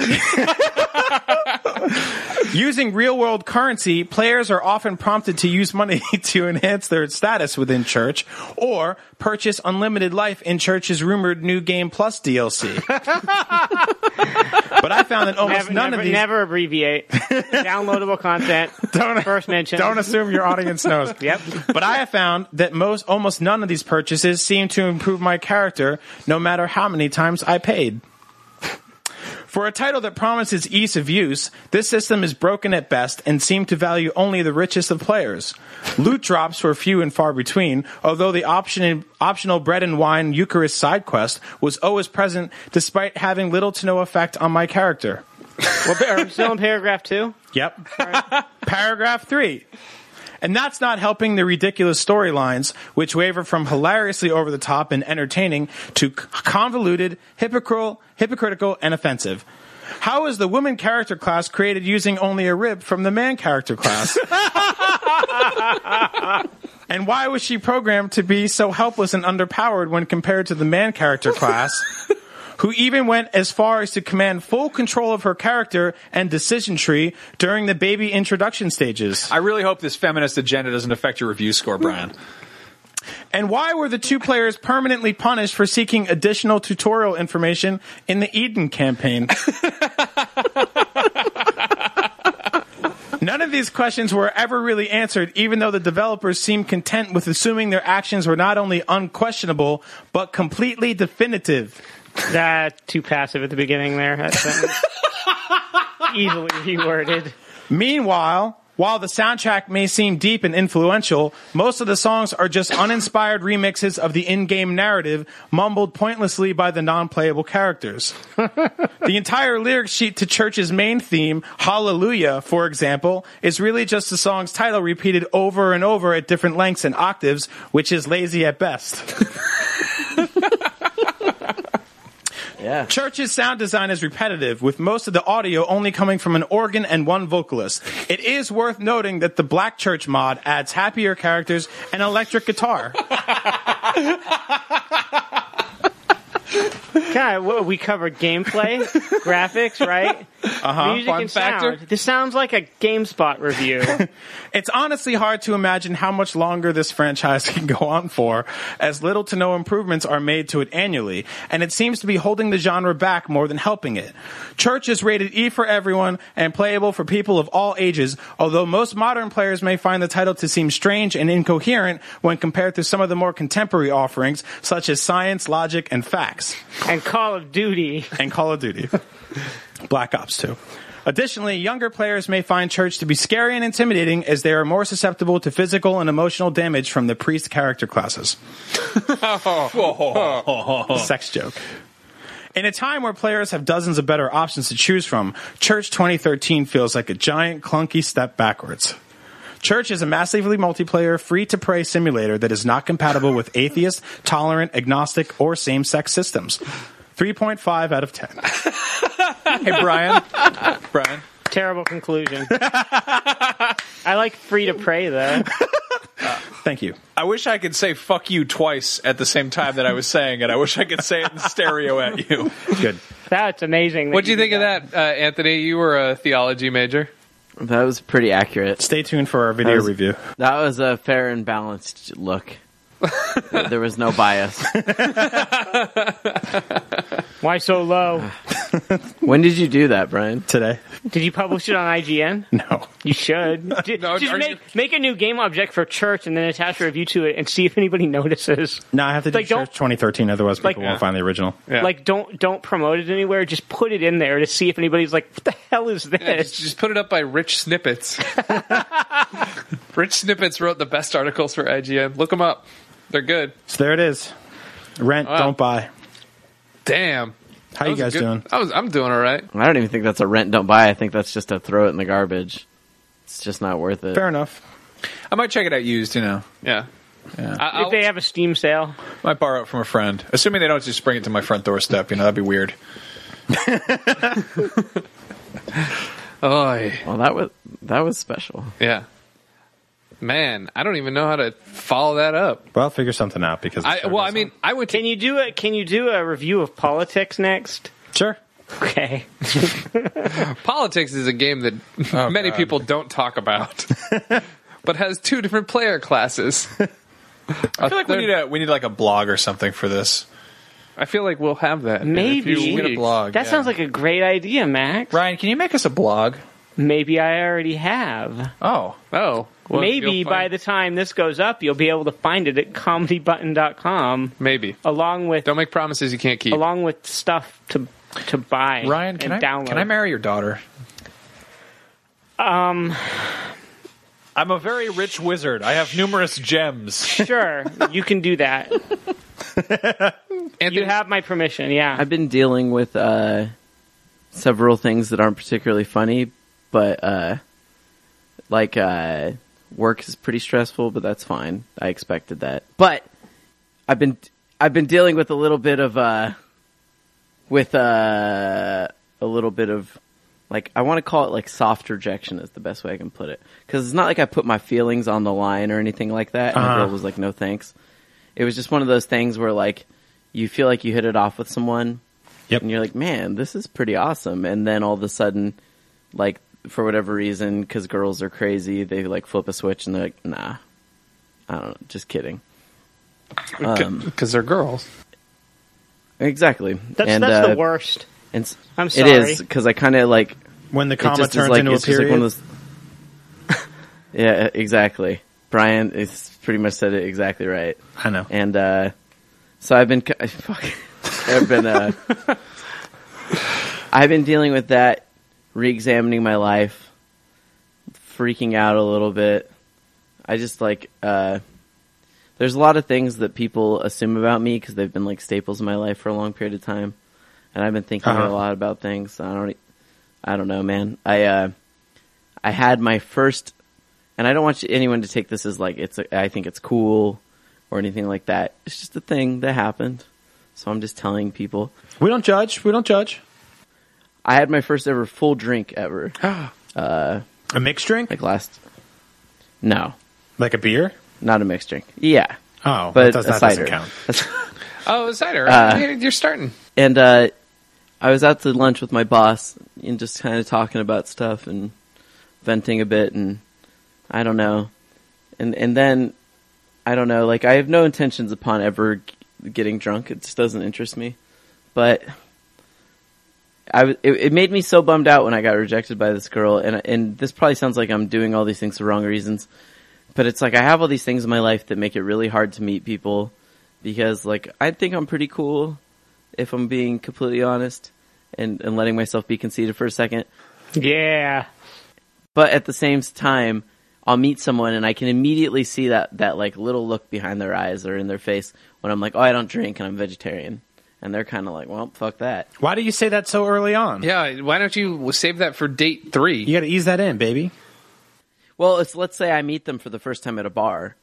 S5: Using real world currency, players are often prompted to use money to enhance their status within church or purchase unlimited life in church's rumored new game plus DLC. but I found that almost
S3: Never,
S5: none
S3: never,
S5: of these
S3: never abbreviate. Downloadable content.
S5: Don't-
S3: first mention.
S5: Don't assume your audience knows.
S3: Yep.
S5: But I have found that most almost none of these purchases seem to improve my character no matter how many times I paid. For a title that promises ease of use, this system is broken at best and seemed to value only the richest of players. Loot drops were few and far between, although the option, optional bread and wine Eucharist side quest was always present despite having little to no effect on my character.
S3: Are we still in paragraph two?
S5: Yep. Paragraph three. And that's not helping the ridiculous storylines, which waver from hilariously over the top and entertaining to c- convoluted, hypocritical, hypocritical, and offensive. How is the woman character class created using only a rib from the man character class? and why was she programmed to be so helpless and underpowered when compared to the man character class? who even went as far as to command full control of her character and decision tree during the baby introduction stages.
S4: I really hope this feminist agenda doesn't affect your review score, Brian.
S5: And why were the two players permanently punished for seeking additional tutorial information in the Eden campaign? None of these questions were ever really answered, even though the developers seemed content with assuming their actions were not only unquestionable, but completely definitive.
S3: That Ah, too passive at the beginning there. That sentence. Easily reworded.
S5: Meanwhile, While the soundtrack may seem deep and influential, most of the songs are just uninspired remixes of the in-game narrative mumbled pointlessly by the non-playable characters. the entire lyric sheet to Church's main theme, Hallelujah, for example, is really just the song's title repeated over and over at different lengths and octaves, which is lazy at best.
S2: Yeah.
S5: Church's sound design is repetitive, with most of the audio only coming from an organ and one vocalist. It is worth noting that the Black Church mod adds happier characters and electric guitar.
S3: God, what, we covered gameplay, graphics, right? Uh-huh. Music
S5: Fun
S3: and
S5: factor.
S3: sound. This sounds like a GameSpot review.
S5: It's honestly hard to imagine how much longer this franchise can go on for, as little to no improvements are made to it annually, and it seems to be holding the genre back more than helping it. Church is rated E for everyone and playable for people of all ages, although most modern players may find the title to seem strange and incoherent when compared to some of the more contemporary offerings, such as Science, Logic, and Facts
S3: and Call of Duty.
S5: and Call of Duty. Black Ops 2. Additionally, younger players may find Church to be scary and intimidating as they are more susceptible to physical and emotional damage from the priest character classes. Sex joke. In a time where players have dozens of better options to choose from, Church 2013 feels like a giant, clunky step backwards. Church is a massively multiplayer, free to play simulator that is not compatible with atheist, tolerant, agnostic, or same sex systems. 3.5 out of 10.
S4: Hey, Brian. Brian.
S3: Terrible conclusion. I like Free to Pray, though.
S5: Thank you.
S4: I wish I could say fuck you twice at the same time that I was saying it. I wish I could say it in stereo at you.
S5: Good.
S3: That's amazing. that
S1: What do you
S3: did
S1: think of that, uh, Anthony? You were a theology major.
S2: That was pretty accurate.
S5: Stay tuned for our video
S2: How's-
S5: review.
S2: That was a fair and balanced look. there was no bias.
S3: Why so low?
S2: When did you do that, Brian?
S5: today.
S3: Did you publish it on IGN?
S5: No.
S3: You should. Ju-
S1: No,
S3: just
S1: are
S3: make,
S1: you-
S3: make a new game object for church and then attach a review to it and see if anybody notices.
S5: No, I have to do
S3: Like, don't-
S5: Church 2013, otherwise people
S3: Like-
S5: won't find the original.
S1: Yeah.
S3: Like, don't don't promote it anywhere. Just put it in there to see if anybody's like, "What the hell is
S1: Just,
S3: this?"
S1: just put it up by Rich Snippets. Rich Snippets wrote the best articles for IGN. Look them up; they're good.
S5: So there it is. Rent, don't buy.
S1: Damn,
S5: How
S1: That
S5: you guys
S1: was a good-
S5: doing?
S1: I was, I'm doing all right.
S2: I don't even think that's a rent don't buy. I think that's just a throw it in the garbage. It's just not worth it.
S5: Fair enough.
S4: I might check it out used, you know.
S1: Yeah. I,
S3: If
S1: will
S3: they have a Steam sale,
S4: Might borrow it from a friend. Assuming they don't just bring it to my front doorstep, you know, that'd be weird.
S2: Well, that was that was special.
S1: yeah. Man, I don't even know how to follow that up.
S5: Well, I'll figure something out because it's
S1: I
S5: Saturday,
S1: well, I
S5: so-
S1: mean, I went to
S3: can you do a can you do a review of politics next?
S5: sure.
S3: Okay,
S1: Politics is a game that many
S4: God.
S1: people don't talk about, but has two different player classes.
S4: I feel like we need a we need like a blog or something for this.
S1: I feel like we'll have that.
S3: maybe
S1: If you-
S4: get a blog,
S3: That
S4: yeah.
S3: sounds like a great idea, Max.
S4: Ryan, can you make us a blog?
S3: Maybe I already have.
S4: Oh.
S1: oh, well,
S3: Maybe
S1: you'll
S3: by
S1: find-
S3: the time this goes up, you'll be able to find it at comedybutton.com
S1: maybe.
S3: along with
S1: Don't make promises you can't keep.
S3: along with stuff to to buy.
S4: Ryan, can I
S3: and download.
S4: can I marry your daughter? Um I'm a very rich wizard. I have numerous gems.
S3: Sure, you can do that.
S1: Anthony,
S3: You have my permission. Yeah,
S2: I've been dealing with uh, several things that aren't particularly funny, but uh, like uh, work is pretty stressful, but that's fine. I expected that. But I've been I've been dealing with a little bit of uh, with uh, a little bit of like I want to call it like soft rejection is the best way I can put it because it's not like I put my feelings on the line or anything like that. And the girl was like, "No thanks." It was just one of those things where like you feel like you hit it off with someone
S5: Yep.
S2: and you're like, man, this is pretty awesome. And then all of a sudden, like, for whatever reason, because girls are crazy, they like flip a switch and they're like, nah, I don't know, just kidding. Um,
S1: because they're girls.
S2: Exactly.
S3: that's
S2: and,
S3: that's
S2: uh,
S3: the worst.
S2: And s-
S3: I'm
S2: It is,
S3: sorry.
S2: because I kind of like,
S5: When the
S2: it
S5: comma
S2: just is
S5: turns
S2: like,
S5: into a
S2: it's just like
S5: period.
S2: one of those. yeah, exactly. Brian is pretty much said it exactly right.
S5: I know.
S2: And, uh, so I've been, ki- fuck, I've been, uh, I've been dealing with that, re-examining my life, freaking out a little bit. I just like uh there's a lot of things that people assume about me because they've been like staples in my life for a long period of time, and I've been thinking
S5: Uh-huh.
S2: a lot about things. I don't, e, I don't know, man. I uh, I had my first, and I don't want you- anyone to take this as like it's. A, I think it's cool or anything like that. It's just a thing that happened, so I'm just telling people.
S5: We don't judge. We don't judge.
S2: I had my first ever full drink ever,
S5: A mixed drink,
S2: like last. No,
S5: like a beer.
S2: not a mixed drink. Yeah,
S5: Oh,
S2: but
S5: that, does,
S2: a
S5: that
S2: cider.
S5: doesn't count.
S1: Oh, cider.
S2: Uh,
S1: You're starting.
S2: and uh, I was out to lunch with my boss and just kind of talking about stuff and venting a bit, and I don't know, and and then I don't know, like I have no intentions upon ever g- getting drunk. It just doesn't interest me, but. I w- it, it made me so bummed out when I got rejected by this girl, and and this probably sounds like I'm doing all these things for wrong reasons, but it's like I have all these things in my life that make it really hard to meet people because like I think I'm pretty cool, if I'm being completely honest and, and letting myself be conceited for a second.
S3: Yeah.
S2: But at the same time, I'll meet someone and I can immediately see that, that like little look behind their eyes or in their face when I'm like, oh, I don't drink and I'm vegetarian. And they're kind of like, well, fuck that.
S5: Why do you say that so early on?
S1: Yeah. Why don't you save that for date three?
S5: You got to ease that in, baby.
S2: Well, it's, let's say I meet them for the first time at a bar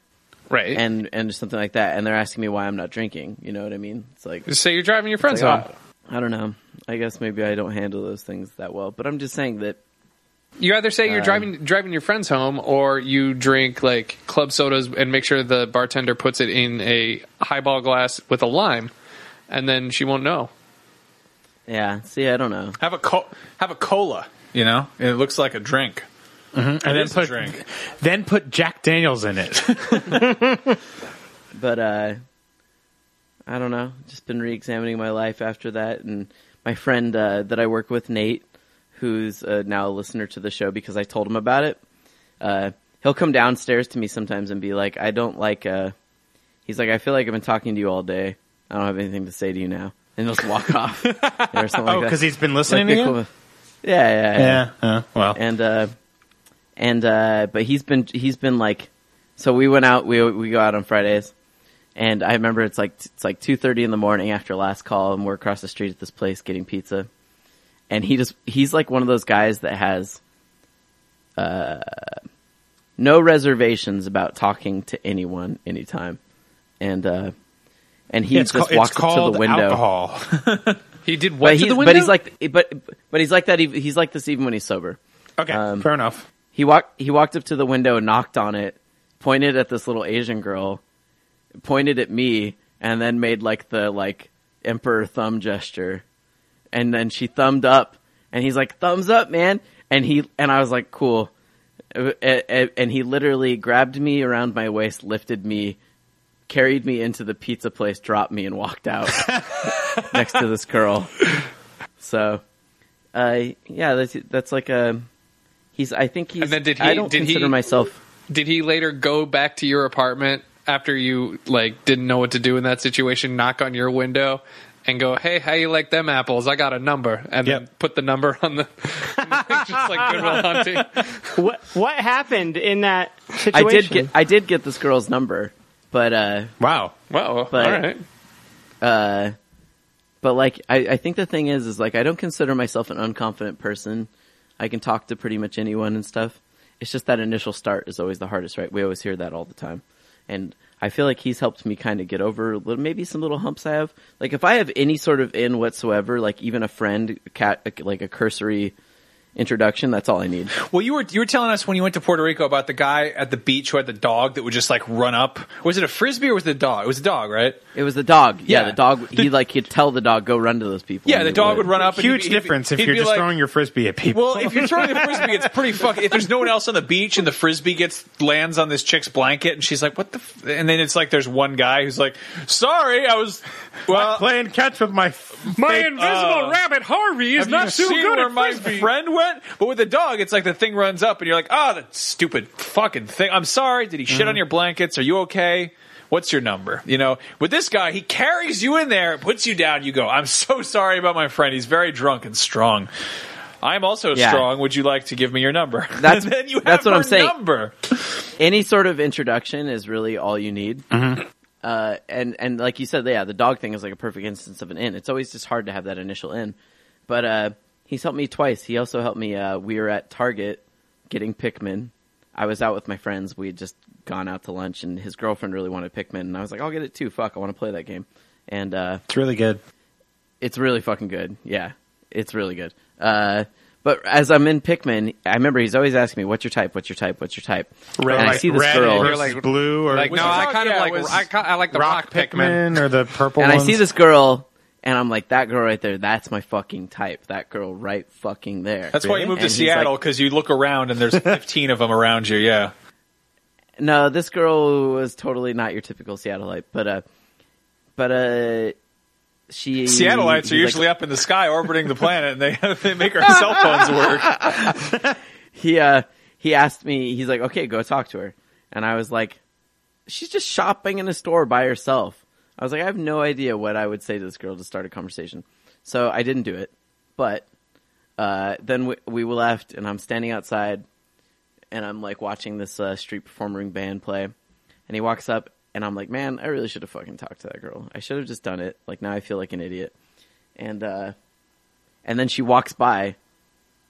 S1: Right. And
S2: and, and something like that. And they're asking me why I'm not drinking. You know what I mean? It's like,
S1: so you're driving your friends
S2: Like,
S1: home.
S2: I don't know. I guess maybe I don't handle those things that well, but I'm just saying that
S1: You either say you're
S2: Um,
S1: driving driving your friends home, or you drink like club sodas and make sure the bartender puts it in a highball glass with a lime, and then she won't know.
S2: yeah, see, I don't know.
S4: Have a co- have a cola. You know, and it looks like a drink.
S5: And then
S4: is a
S5: put
S4: drink.
S5: then put Jack Daniels in it.
S2: but uh I don't know. Just been re-examining my life after that, and my friend uh, that I work with, Nate, who's uh, now a listener to the show because I told him about it. Uh, he'll come downstairs to me sometimes and be like, "I don't like." Uh, he's like, "I feel like I've been talking to you all day. I don't have anything to say to you now," and he'll just walk off or something
S5: oh,
S2: like
S5: because
S2: that.
S5: he's been
S2: Like,
S5: listening
S2: the
S5: to you.
S2: cool- yeah, yeah, yeah
S5: Yeah. yeah, well,
S2: and uh and uh but he's been he's been like so we went out we we go out on Fridays and I remember it's like it's like 2:30 in the morning after last call and we're across the street at this place getting pizza and he just he's like one of those guys that has uh no reservations about talking to anyone anytime and uh and he
S5: it's,
S2: just
S5: ca- it's
S2: walks up to
S5: called
S2: the window
S5: alcohol.
S1: He did what
S2: but
S1: to
S2: he's
S1: the window?
S2: but he's like but but he's like that ev- he's like this even when he's sober
S5: okay,
S2: Um,
S5: fair enough.
S2: he walked he walked up to the window and knocked on it pointed at this little asian girl pointed at me and then made like the like emperor thumb gesture and then she thumbed up and he's like thumbs up man and he and i was like cool A- a- and he literally grabbed me around my waist lifted me carried me into the pizza place dropped me and walked out next to this girl so uh yeah that's that's like a he's i think he's
S1: And then did he-
S2: i don't
S1: did he-
S2: consider myself
S1: Did he later go back to your apartment after you like didn't know what to do in that situation? Knock on your window and go, "Hey, how you like them apples? I got a number," and then
S5: Yep.
S1: put the number on the just like Goodwill Hunting.
S3: What What happened in that situation?
S2: I did get I did get this girl's number, but uh,
S5: Wow.
S1: Wow,
S2: But-
S1: all right.
S2: uh, but like I, I think the thing is, is like I don't consider myself an unconfident person. I can talk to pretty much anyone and stuff. It's just that initial start is always the hardest, right? We always hear that all the time, and I feel like he's helped me kind of get over little, maybe some little humps I have. Like if I have any sort of in whatsoever, like even a friend, cat, like a cursory introduction, that's all I need.
S4: Well, you were you were telling us when you went to Puerto Rico about the guy at the beach who had the dog that would just like run up. Was it a frisbee or was it a dog? It was a dog, right?
S2: It was the dog. Yeah,
S4: Yeah.
S2: the dog. He like he'd tell the dog go run to those people.
S4: Yeah,
S2: and
S4: the
S2: it
S4: dog would run up. and
S5: Huge
S4: he'd be- he'd be-
S5: difference if
S4: he'd
S5: you're
S4: be
S5: just
S4: like-
S5: throwing your frisbee at people.
S4: Well, if you're throwing the frisbee, it's pretty fucking. If there's no one else on the beach and the frisbee gets lands on this chick's blanket, and she's like, "What the?" F-? And then it's like there's one guy who's like, "Sorry, I was." Well,
S5: playing catch with my
S1: uh, My
S5: fake-
S1: invisible
S4: uh,
S1: rabbit Harvey is
S4: have
S1: not
S4: you
S1: too
S4: seen
S1: good
S4: where
S1: at
S4: my
S1: frisbee.
S4: friend went? But with a dog, it's like the thing runs up, and you're like, "Ah, that stupid fucking thing." I'm sorry. Did he shit
S1: Mm-hmm.
S4: on your blankets? Are you okay? What's your number? You know, with this guy, he carries you in there, puts you down. You go, "I'm so sorry about my friend. He's very drunk and strong." I'm also
S2: Yeah.
S4: strong. Would you like to give me your number?
S2: That's-
S4: and then you have
S2: that's what I'm
S4: her
S2: saying.
S4: number.
S2: any sort of introduction is really all you need.
S5: Mm-hmm.
S2: Uh, and and like you said, yeah, the dog thing is like a perfect instance of an in. It's always just hard to have that initial in. But uh, he's helped me twice. He also helped me. Uh, we were at Target getting Pikmin. I was out with my friends. We had just gone out to lunch, and his girlfriend really wanted Pikmin, and I was like, "I'll get it too. Fuck, I want to play that game." And uh,
S5: It's really good.
S2: it's really fucking good. Yeah, it's really good. Uh, but as I'm in Pikmin, I remember he's always asking me, "What's your type? What's your type? What's your type?"
S5: Red,
S2: and I
S5: like
S2: see this
S5: red
S2: girl.
S5: versus blue or
S1: Like,
S4: Was
S1: no,
S4: it
S1: I
S4: rock?
S1: kind of
S4: Yeah, it
S1: like
S4: was
S1: I, ki- I like the rock,
S5: rock
S1: Pikmin.
S5: Pikmin or the purple.
S2: and I
S5: ones.
S2: see this girl, and I'm like, that girl right there, that's my fucking type. That girl right fucking there.
S4: That's why you moved
S2: And
S4: to
S2: he's
S4: Seattle
S2: like,
S4: because you look around and there's 15 of them around you. Yeah.
S2: no, this girl was totally not your typical Seattleite, but uh, but uh, she
S4: Seattleites
S2: he's
S4: are
S2: like-
S4: usually up in the sky orbiting the planet and they, they make our cell phones work.
S2: he uh he asked me he's like okay go talk to her and i was like she's just shopping in a store by herself i was like i have no idea what i would say to this girl to start a conversation so i didn't do it but uh then we, we left and i'm standing outside and i'm like watching this uh, street performing band play and he walks up and i'm like man i really should have fucking talked to that girl i should have just done it like now i feel like an idiot and uh and then she walks by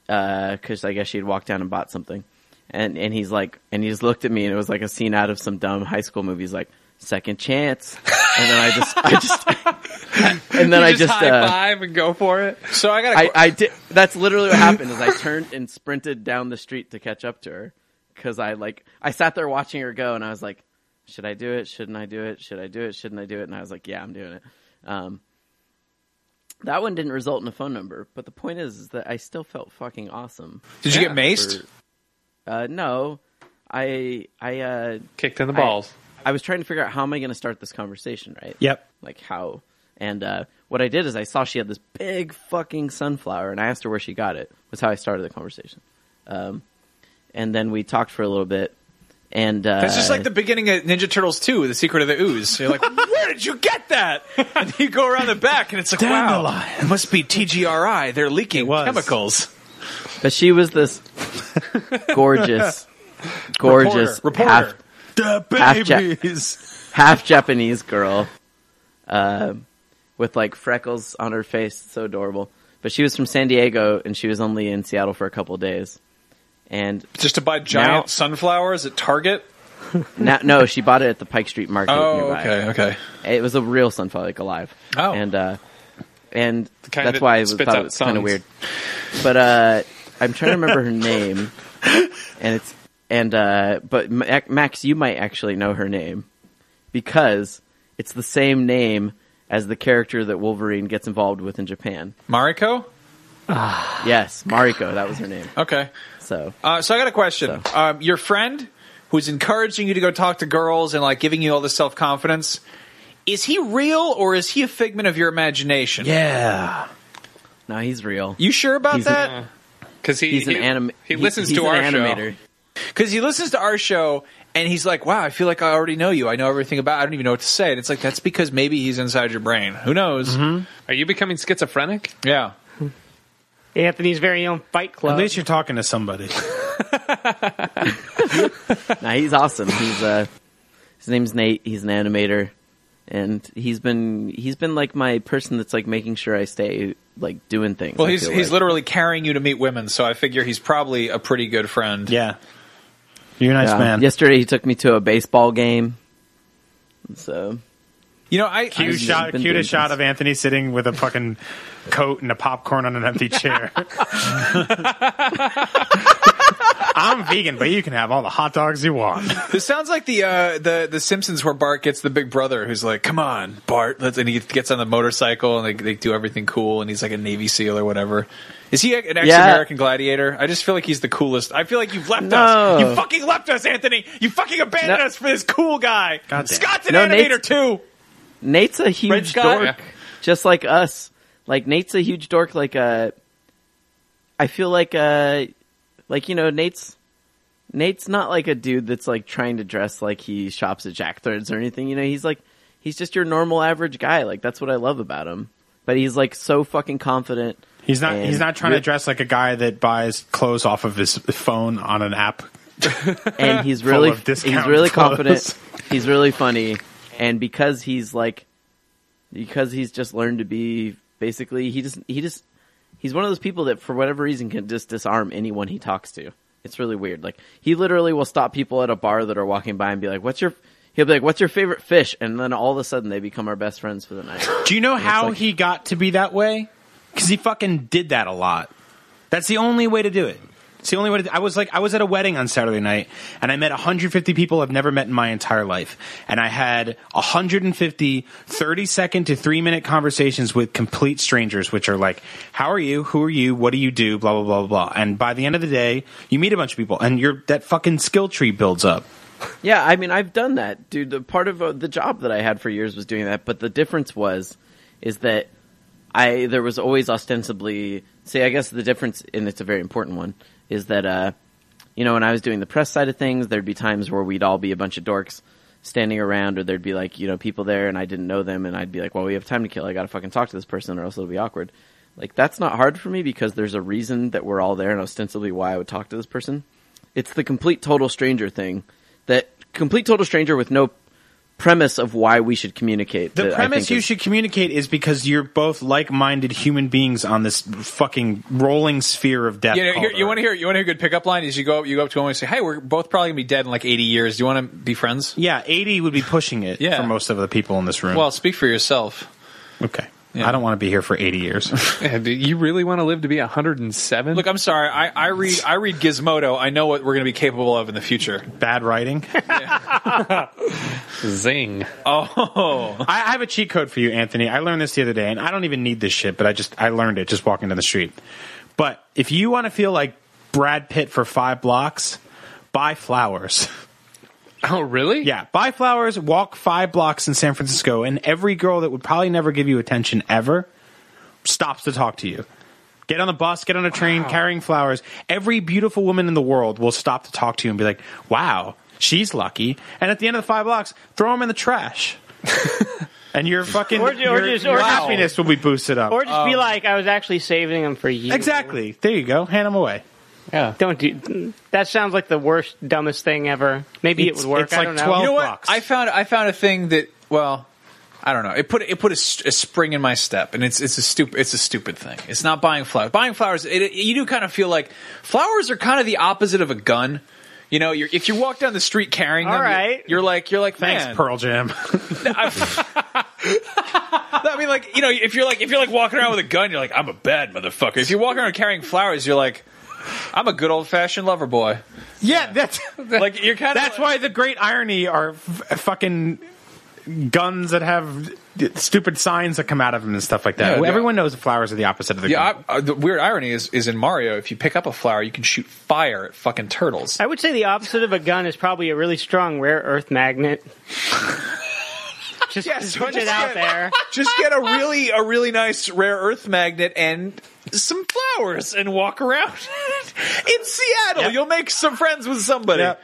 S2: because I guess she had walked down and bought something. And and he's like, and he just looked at me, and it was like a scene out of some dumb high school movie. He's like, second chance, and then I just, I just, and then I
S1: just,
S2: just,
S1: high
S2: uh,
S1: five and go for it.
S4: So I got
S2: I, I did. That's literally what happened. Is I turned and sprinted down the street to catch up to her because I like I sat there watching her go, and I was like, should I do it? Shouldn't I do it? Should I do it? Shouldn't I do it? And I was like, yeah, I'm doing it. Um, that one didn't result in a phone number, but the point is, is that I still felt fucking awesome.
S4: Did you get maced?
S2: Uh, no, I I uh,
S1: Kicked in the
S2: I-
S1: balls.
S2: I, was trying to figure out how am I going to start this conversation, right?
S5: Yep.
S2: Like how? And uh, what I did is I saw she had this big fucking sunflower, and I asked her where she got it. Was how I started the conversation. Um, and then we talked for a little bit, and uh,
S4: That's just like the beginning of Ninja Turtles 2, The Secret of the Ooze. You're like, where did you get that? And you go around the back and it's like, wow,
S5: Dandelion.
S4: it must be TGRI. They're leaking
S5: was.
S4: chemicals.
S2: but she was this gorgeous, gorgeous
S4: Reporter.
S2: half
S5: the
S2: half ja-
S5: babies.
S2: half Japanese girl, uh, with like freckles on her face. So adorable. But she was from San Diego, and she was only in Seattle for a couple days. And
S4: Just to buy giant
S2: Now-
S4: sunflowers at Target? Oh,
S2: now, no, she bought it at the Pike Street Market
S1: Oh,
S2: nearby.
S4: okay.
S2: It was a real sunflower, like alive.
S4: Oh.
S2: and uh, and
S1: kind
S2: that's
S1: that
S2: why I thought
S1: spits
S2: it
S1: out
S2: was kind
S1: suns.
S2: of weird. But uh, I'm trying to remember her name, and it's and uh, but Ma- Max, you might actually know her name because it's the same name as the character that Wolverine gets involved with in Japan.
S4: Mariko?
S2: Yes, Mariko, that was her name.
S4: Okay.
S2: So
S4: Uh, so I got a question. Um, your friend who's encouraging you to go talk to girls and like giving you all this self confidence, is he real or is he a figment of your imagination?
S5: Yeah.
S2: no, he's real.
S4: You sure about
S2: He's-
S4: that?
S1: Because he
S2: He's an
S1: he-
S2: anim.
S1: He listens
S2: he's
S1: to our
S2: an
S1: show.
S2: animator.
S4: because he listens to our show and he's like, "Wow, I feel like I already know you. I know everything about. I don't even know what to say." And it's like that's because maybe he's inside your brain. Who knows?
S2: Mm-hmm.
S1: Are you becoming schizophrenic?
S4: Yeah.
S3: Anthony's very own Fight Club.
S5: At least you're talking to somebody.
S2: Nah, he's awesome. He's uh, his name's Nate. He's an animator, and he's been he's been like my person that's like making sure I stay like doing things.
S4: Well,
S2: I
S4: he's
S2: feel
S4: he's
S2: like.
S4: literally carrying you to meet women, so I figure he's probably a pretty good friend.
S5: Yeah. You're a nice
S2: Yeah.
S5: man.
S2: Yesterday he took me to a baseball game, so
S4: You know, I
S5: Cute
S2: I've
S5: shot,
S2: been
S5: cutest
S2: doing
S5: shot of Anthony sitting with a fucking coat and a popcorn on an empty chair. I'm vegan, but you can have all the hot dogs you want.
S4: this sounds like the uh, the the Simpsons where Bart gets the big brother who's like, "Come on, Bart," let's, and he gets on the motorcycle and they they do everything cool, and he's like a Navy SEAL or whatever. Is he an ex American gladiator? I just feel like he's the coolest. I feel like you've left us.
S2: No.
S4: You fucking left us, Anthony. You fucking abandoned
S2: No.
S4: us for this cool guy.
S5: Goddamn.
S4: Scott's an
S2: No,
S4: animator
S2: Nate's-
S4: too.
S2: Nate's a
S4: Red
S2: huge
S4: Scott.
S2: dork, just like us. Like Nate's a huge dork. Like uh, I feel like uh, like you know Nate's Nate's not like a dude that's like trying to dress like he shops at Jack Threads or anything. You know, he's like he's just your normal average guy. Like that's what I love about him. But he's like so fucking confident
S5: He's not.
S2: And
S5: he's not trying to
S2: rip-
S5: dress like a guy that buys clothes off of his phone on an app.
S2: and he's
S5: Full
S2: really
S5: of
S2: he's
S5: discount
S2: really
S5: clothes.
S2: confident. He's really funny, and because he's like because he's just learned to be basically he just he just he's one of those people that for whatever reason can just disarm anyone he talks to. It's really weird. Like he literally will stop people at a bar that are walking by and be like, "What's your?" He'll be like, "What's your favorite fish?" And then all of a sudden, they become our best friends for the night.
S5: Do you know how
S2: like-
S5: he got to be that way? Because he fucking did that a lot. That's the only way to do it. It's the only way. To, I was like, I was at a wedding on Saturday night, and I met 150 people I've never met in my entire life, and I had 150 30 second to three minute conversations with complete strangers, which are like, "How are you? Who are you? What do you do?" Blah blah blah blah. blah. And by the end of the day, you meet a bunch of people, and your that fucking skill tree builds up.
S2: Yeah, I mean, I've done that, dude. The part of uh, the job that I had for years was doing that, but the difference was, is that I there was always ostensibly. See, I guess the difference, and it's a very important one, is that uh, you know, when I was doing the press side of things, there'd be times where we'd all be a bunch of dorks standing around, or there'd be like you know people there, and I didn't know them, and I'd be like, well, we have time to kill. I gotta fucking talk to this person, or else it'll be awkward. Like that's not hard for me because there's a reason that we're all there, and ostensibly why I would talk to this person it's the complete total stranger thing that complete total stranger with no premise of why we should communicate
S5: The
S2: that I
S5: premise
S2: think
S5: you
S2: is-
S5: should communicate is because you're both like-minded human beings on this fucking rolling sphere of death.
S4: You, know,
S5: called
S4: here, you
S5: Earth.
S4: want to hear you want to hear a good pickup line is you go you go up to him and say, "Hey, we're both probably gonna be dead in like 80 years. Do you want to be friends?"
S5: Yeah, 80 would be pushing it
S4: Yeah.
S5: for most of the people in this room.
S4: Well, speak for yourself.
S5: okay. I don't want to be here for 80 years.
S1: And you really want to live to be 107?
S4: Look, I'm sorry. I, I read I read Gizmodo. I know what we're gonna be capable of in the future.
S5: Bad writing.
S1: zing.
S4: Oh,
S5: I I have a cheat code for you, Anthony. I learned this the other day, and I don't even need this shit, but I just I learned it just walking down the street. But if you want to feel like Brad Pitt for five blocks, buy flowers.
S1: Oh, really?
S5: Yeah, buy flowers, walk five blocks in San Francisco, and every girl that would probably never give you attention ever stops to talk to you. Get on the bus, get on a train carrying flowers. Every beautiful woman in the world will stop to talk to you and be like, wow, she's lucky. And at the end of the five blocks, throw them in the trash. and your fucking
S3: Or ju- or
S5: your,
S3: just-
S5: your
S3: or just-
S5: happiness will be boosted up.
S3: Or just be like, I was actually saving them for you.
S5: Um, exactly. There you go. Hand them away.
S1: Yeah.
S3: Don't do. That sounds like the worst, dumbest thing ever. Maybe
S5: It's-
S3: it would work.
S5: it's
S3: I
S5: like
S3: don't know.
S5: 12
S4: you know what?
S5: Blocks.
S4: I found I found a thing that well, I don't know. It put it put a, st- a spring in my step, and it's it's a stupid it's a stupid thing. It's not buying flowers. Buying flowers, it, it- you do kind of feel like flowers are kind of the opposite of a gun. You know, you're, if you walk down the street carrying
S3: All
S4: them, you're-
S3: right.
S4: you're, like you're like
S5: Thanks,
S4: man.
S5: Pearl Jam.
S4: I mean, like you know, if you're like if you're like walking around with a gun, you're like I'm a bad motherfucker. If you're walking around carrying flowers, you're like I'm a good old fashioned lover boy.
S5: yeah, that's
S4: Like you're kind of
S5: That's why the great irony are f- fucking guns that have d- stupid signs that come out of them and stuff like that.
S4: Yeah,
S5: Everyone knows the flowers are the opposite of the
S4: Yeah,
S5: gun.
S4: I, uh, the weird irony is is in Mario, if you pick up a flower, you can shoot fire at fucking turtles.
S3: I would say the opposite of a gun is probably a really strong rare earth magnet. just just putting it out there.
S4: Just get a really a really nice rare earth magnet and some flowers and walk around in Seattle. You'll make some friends with somebody.
S5: Yep.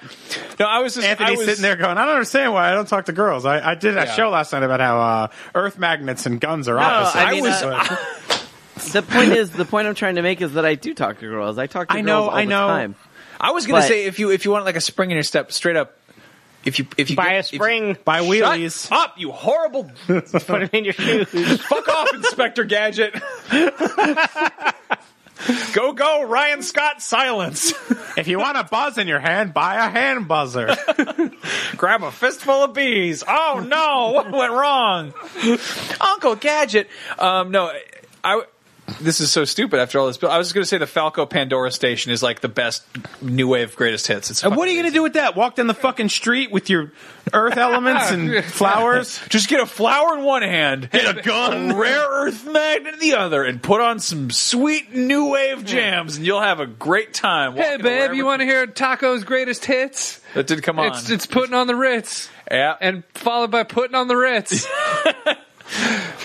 S4: No, I was just I
S5: Anthony's
S4: was,
S5: sitting there going, I don't understand why I don't talk to girls. I, I did a
S4: Yeah.
S5: show last night about how uh, earth magnets and guns are opposite.
S2: I mean,
S5: was,
S2: uh, the point is the point i'm trying to make is that i do talk to girls i talk to
S5: I
S2: girls
S5: know,
S2: all
S5: I
S2: the
S5: know.
S2: time
S4: I was gonna
S2: But-
S4: say if you if you want like a spring in your step, straight up. If you if you
S3: Buy a
S4: get- if you-
S3: spring,
S5: by wheelies.
S4: Shut up, you horrible!
S3: put it in your shoes.
S4: Fuck off, Inspector Gadget. go, go, Ryan Scott. Silence.
S5: If you want a buzz in your hand, buy a hand buzzer.
S4: Grab a fistful of bees. Oh no, what went wrong? Uncle Gadget. Um, no, I. This is so stupid. After all this, but I was just going to say the Falco Pandora Station is like the best new wave greatest hits. It's
S5: And what are
S4: fucking
S5: you going to do with that? Walk down the fucking street with your earth elements and flowers?
S4: Just get a flower in one hand, get a gun, rare earth magnet in the other, and put on some sweet new wave jams, and you'll have a great time.
S1: Hey,
S4: walking
S1: babe,
S4: wherever-
S1: you want to hear Taco's greatest hits?
S4: that did come on?
S1: It's it's putting on the Ritz,
S4: yeah,
S1: and followed by putting on the Ritz.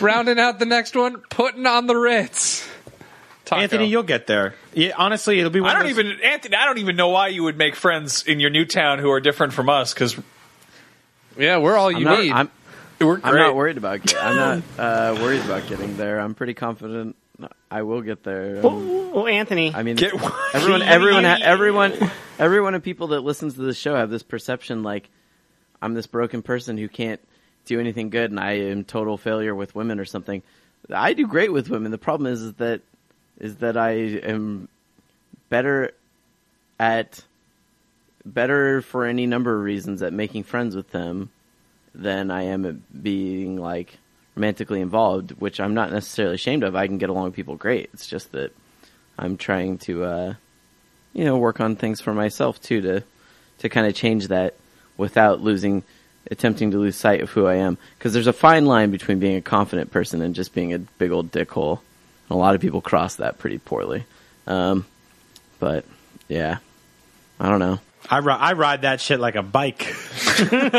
S1: Rounding out the next one, putting on the Ritz. Taco.
S5: Anthony, you'll get there. Yeah, honestly, it'll be one
S4: I
S5: of
S4: don't
S5: those-
S4: even Anthony. I don't even know why you would make friends in your new town who are different from us because
S1: yeah, we're all
S2: i'm
S1: you
S2: not
S1: need.
S2: I'm,
S4: we're
S2: I'm
S4: great.
S2: not worried about get, i'm not uh, worried about getting there i'm pretty confident I will get there. Um,
S3: Well, well, Anthony,
S2: I mean,
S4: Get-
S2: everyone, everyone, ha- everyone, everyone, and people that listens to this show have this perception like I'm this broken person who can't do anything good, and I am total failure with women or something. I do great with women. The problem is, is that is that I am better at better for any number of reasons at making friends with them than I am at being like romantically involved, which I'm not necessarily ashamed of. I can get along with people great. It's just that I'm trying to, uh, you know, work on things for myself too to, to kind of change that without losing, attempting to lose sight of who I am. Cause there's a fine line between being a confident person and just being a big old dickhole. And a lot of people cross that pretty poorly. Um, but yeah, I don't know.
S5: I, ri- I ride that shit like a bike.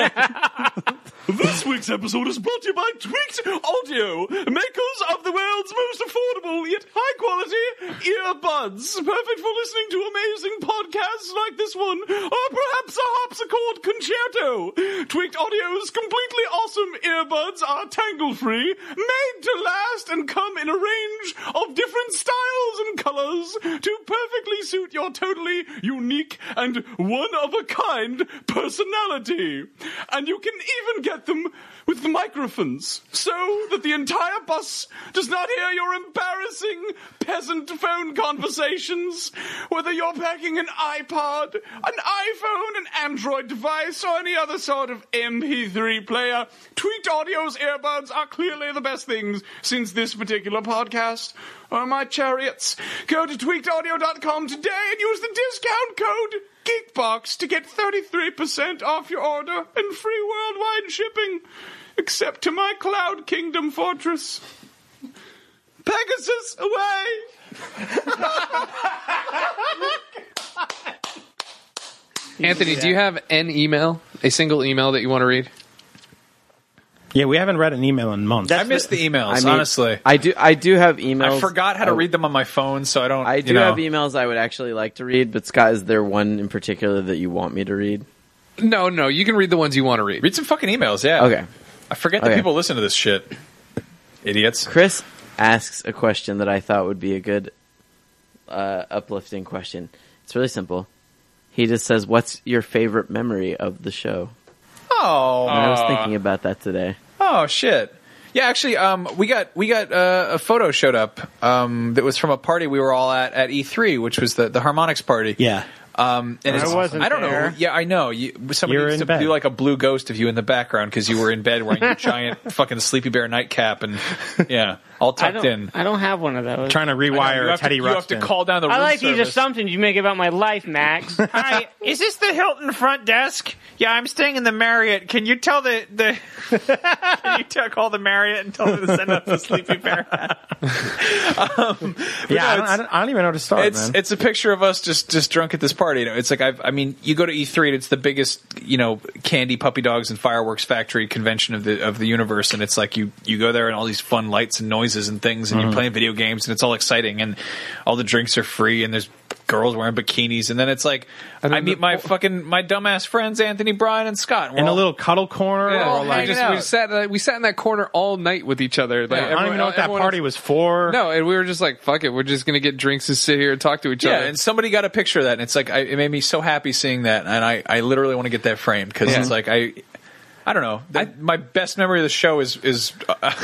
S4: This week's episode is brought to you by Twix Audio, makers of the world's most affordable yet high quality earbuds. Perfect for listening to amazing podcasts like this one, or perhaps a harpsichord concerto. Twix Audio's completely awesome earbuds are tangle free, made to last, and come in a range of different styles and colors to perfectly suit your totally unique and one of a kind personality. And you can even get them with microphones so that the entire bus does not hear your embarrassing peasant phone conversations. Whether you're packing an iPod, an iPhone, an Android device, or any other sort of MP3 player, Tweaked Audio's earbuds are clearly the best things since this particular podcast are my chariots. Go to tweakedaudio.com today and use the discount code GeekBox to get 33% off your order and free worldwide shipping, except to my Cloud Kingdom fortress. Pegasus away!
S1: Anthony, do you have an email, a single email that you want to read?
S5: Yeah, we haven't read an email in months.
S4: I missed the, emails,
S2: I mean,
S4: honestly. I,
S2: I do, I do have emails.
S4: forgot how to
S2: I-
S4: read them on my phone, so I don't.
S2: I
S4: you
S2: do
S4: know.
S2: have emails I would actually like to read, but Scott, is there one in particular that you want me to read?
S1: No, no, you can read the ones you want to read.
S4: Read some fucking emails, yeah.
S2: Okay.
S4: I forget that
S2: Okay.
S4: people listen to this shit. Idiots.
S2: Chris asks a question that I thought would be a good, uh, uplifting question. It's really simple. He just says, "What's your favorite memory of the show?"
S4: Oh,
S2: And I was thinking about that today.
S4: Oh shit. Yeah, actually, um, we got we got uh, a photo showed up um, that was from a party we were all at at E3, which was the the harmonics party.
S5: yeah.
S4: Um, and it's,
S3: wasn't
S4: I don't know.
S3: there.
S4: Yeah, I know. You, somebody
S5: You're
S4: used to
S5: in bed.
S4: do like a blue ghost of you in the background because you were in bed wearing your giant fucking sleepy bear nightcap and yeah, all
S3: I
S4: tucked
S3: don't,
S4: in.
S3: I don't have one of those.
S5: Trying to
S4: I know,
S5: rewire
S4: you have
S5: Teddy
S4: to, You have to
S5: Ruxpin.
S4: call down the.
S3: I
S4: room
S3: like these
S4: service.
S3: assumptions you make about my life, Max.
S6: Hi, is this the Hilton front desk? Yeah, I'm staying in the Marriott. Can you tell the the? can you tell, call the Marriott and tell them to send up the sleepy bear?
S5: yeah, I
S4: no,
S5: don't, I, don't, I don't even know where to start,
S4: it's
S5: man.
S4: it's a picture of us just just drunk at this party. You know, it's like I've, I mean, you go to E3 and it's the biggest you know candy, puppy dogs, and fireworks factory convention of the of the universe, and it's like you you go there and all these fun lights and noises and things, and you're
S5: Mm-hmm.
S4: playing video games, and it's all exciting, and all the drinks are free, and there's girls wearing bikinis, and then it's like I meet my fucking my dumbass friends Anthony, Brian, and Scott, and we're
S5: in a
S4: all-
S5: little cuddle corner.
S1: Yeah,
S5: or
S4: all
S1: we
S5: like,
S4: hanging
S1: just- we
S4: out.
S1: sat uh, we sat in that corner all night with each other. Like,
S5: I don't even know what that
S1: everyone
S5: party
S1: else-
S5: was for.
S1: No, and we were just like, "Fuck it, we're just gonna get drinks and sit here and talk to each
S4: Yeah,
S1: other."
S4: and somebody got a picture of that, and it's like I, it made me so happy seeing that, and I, I literally want to get that framed because it's like I, I don't know. The- my best memory of the show is is uh,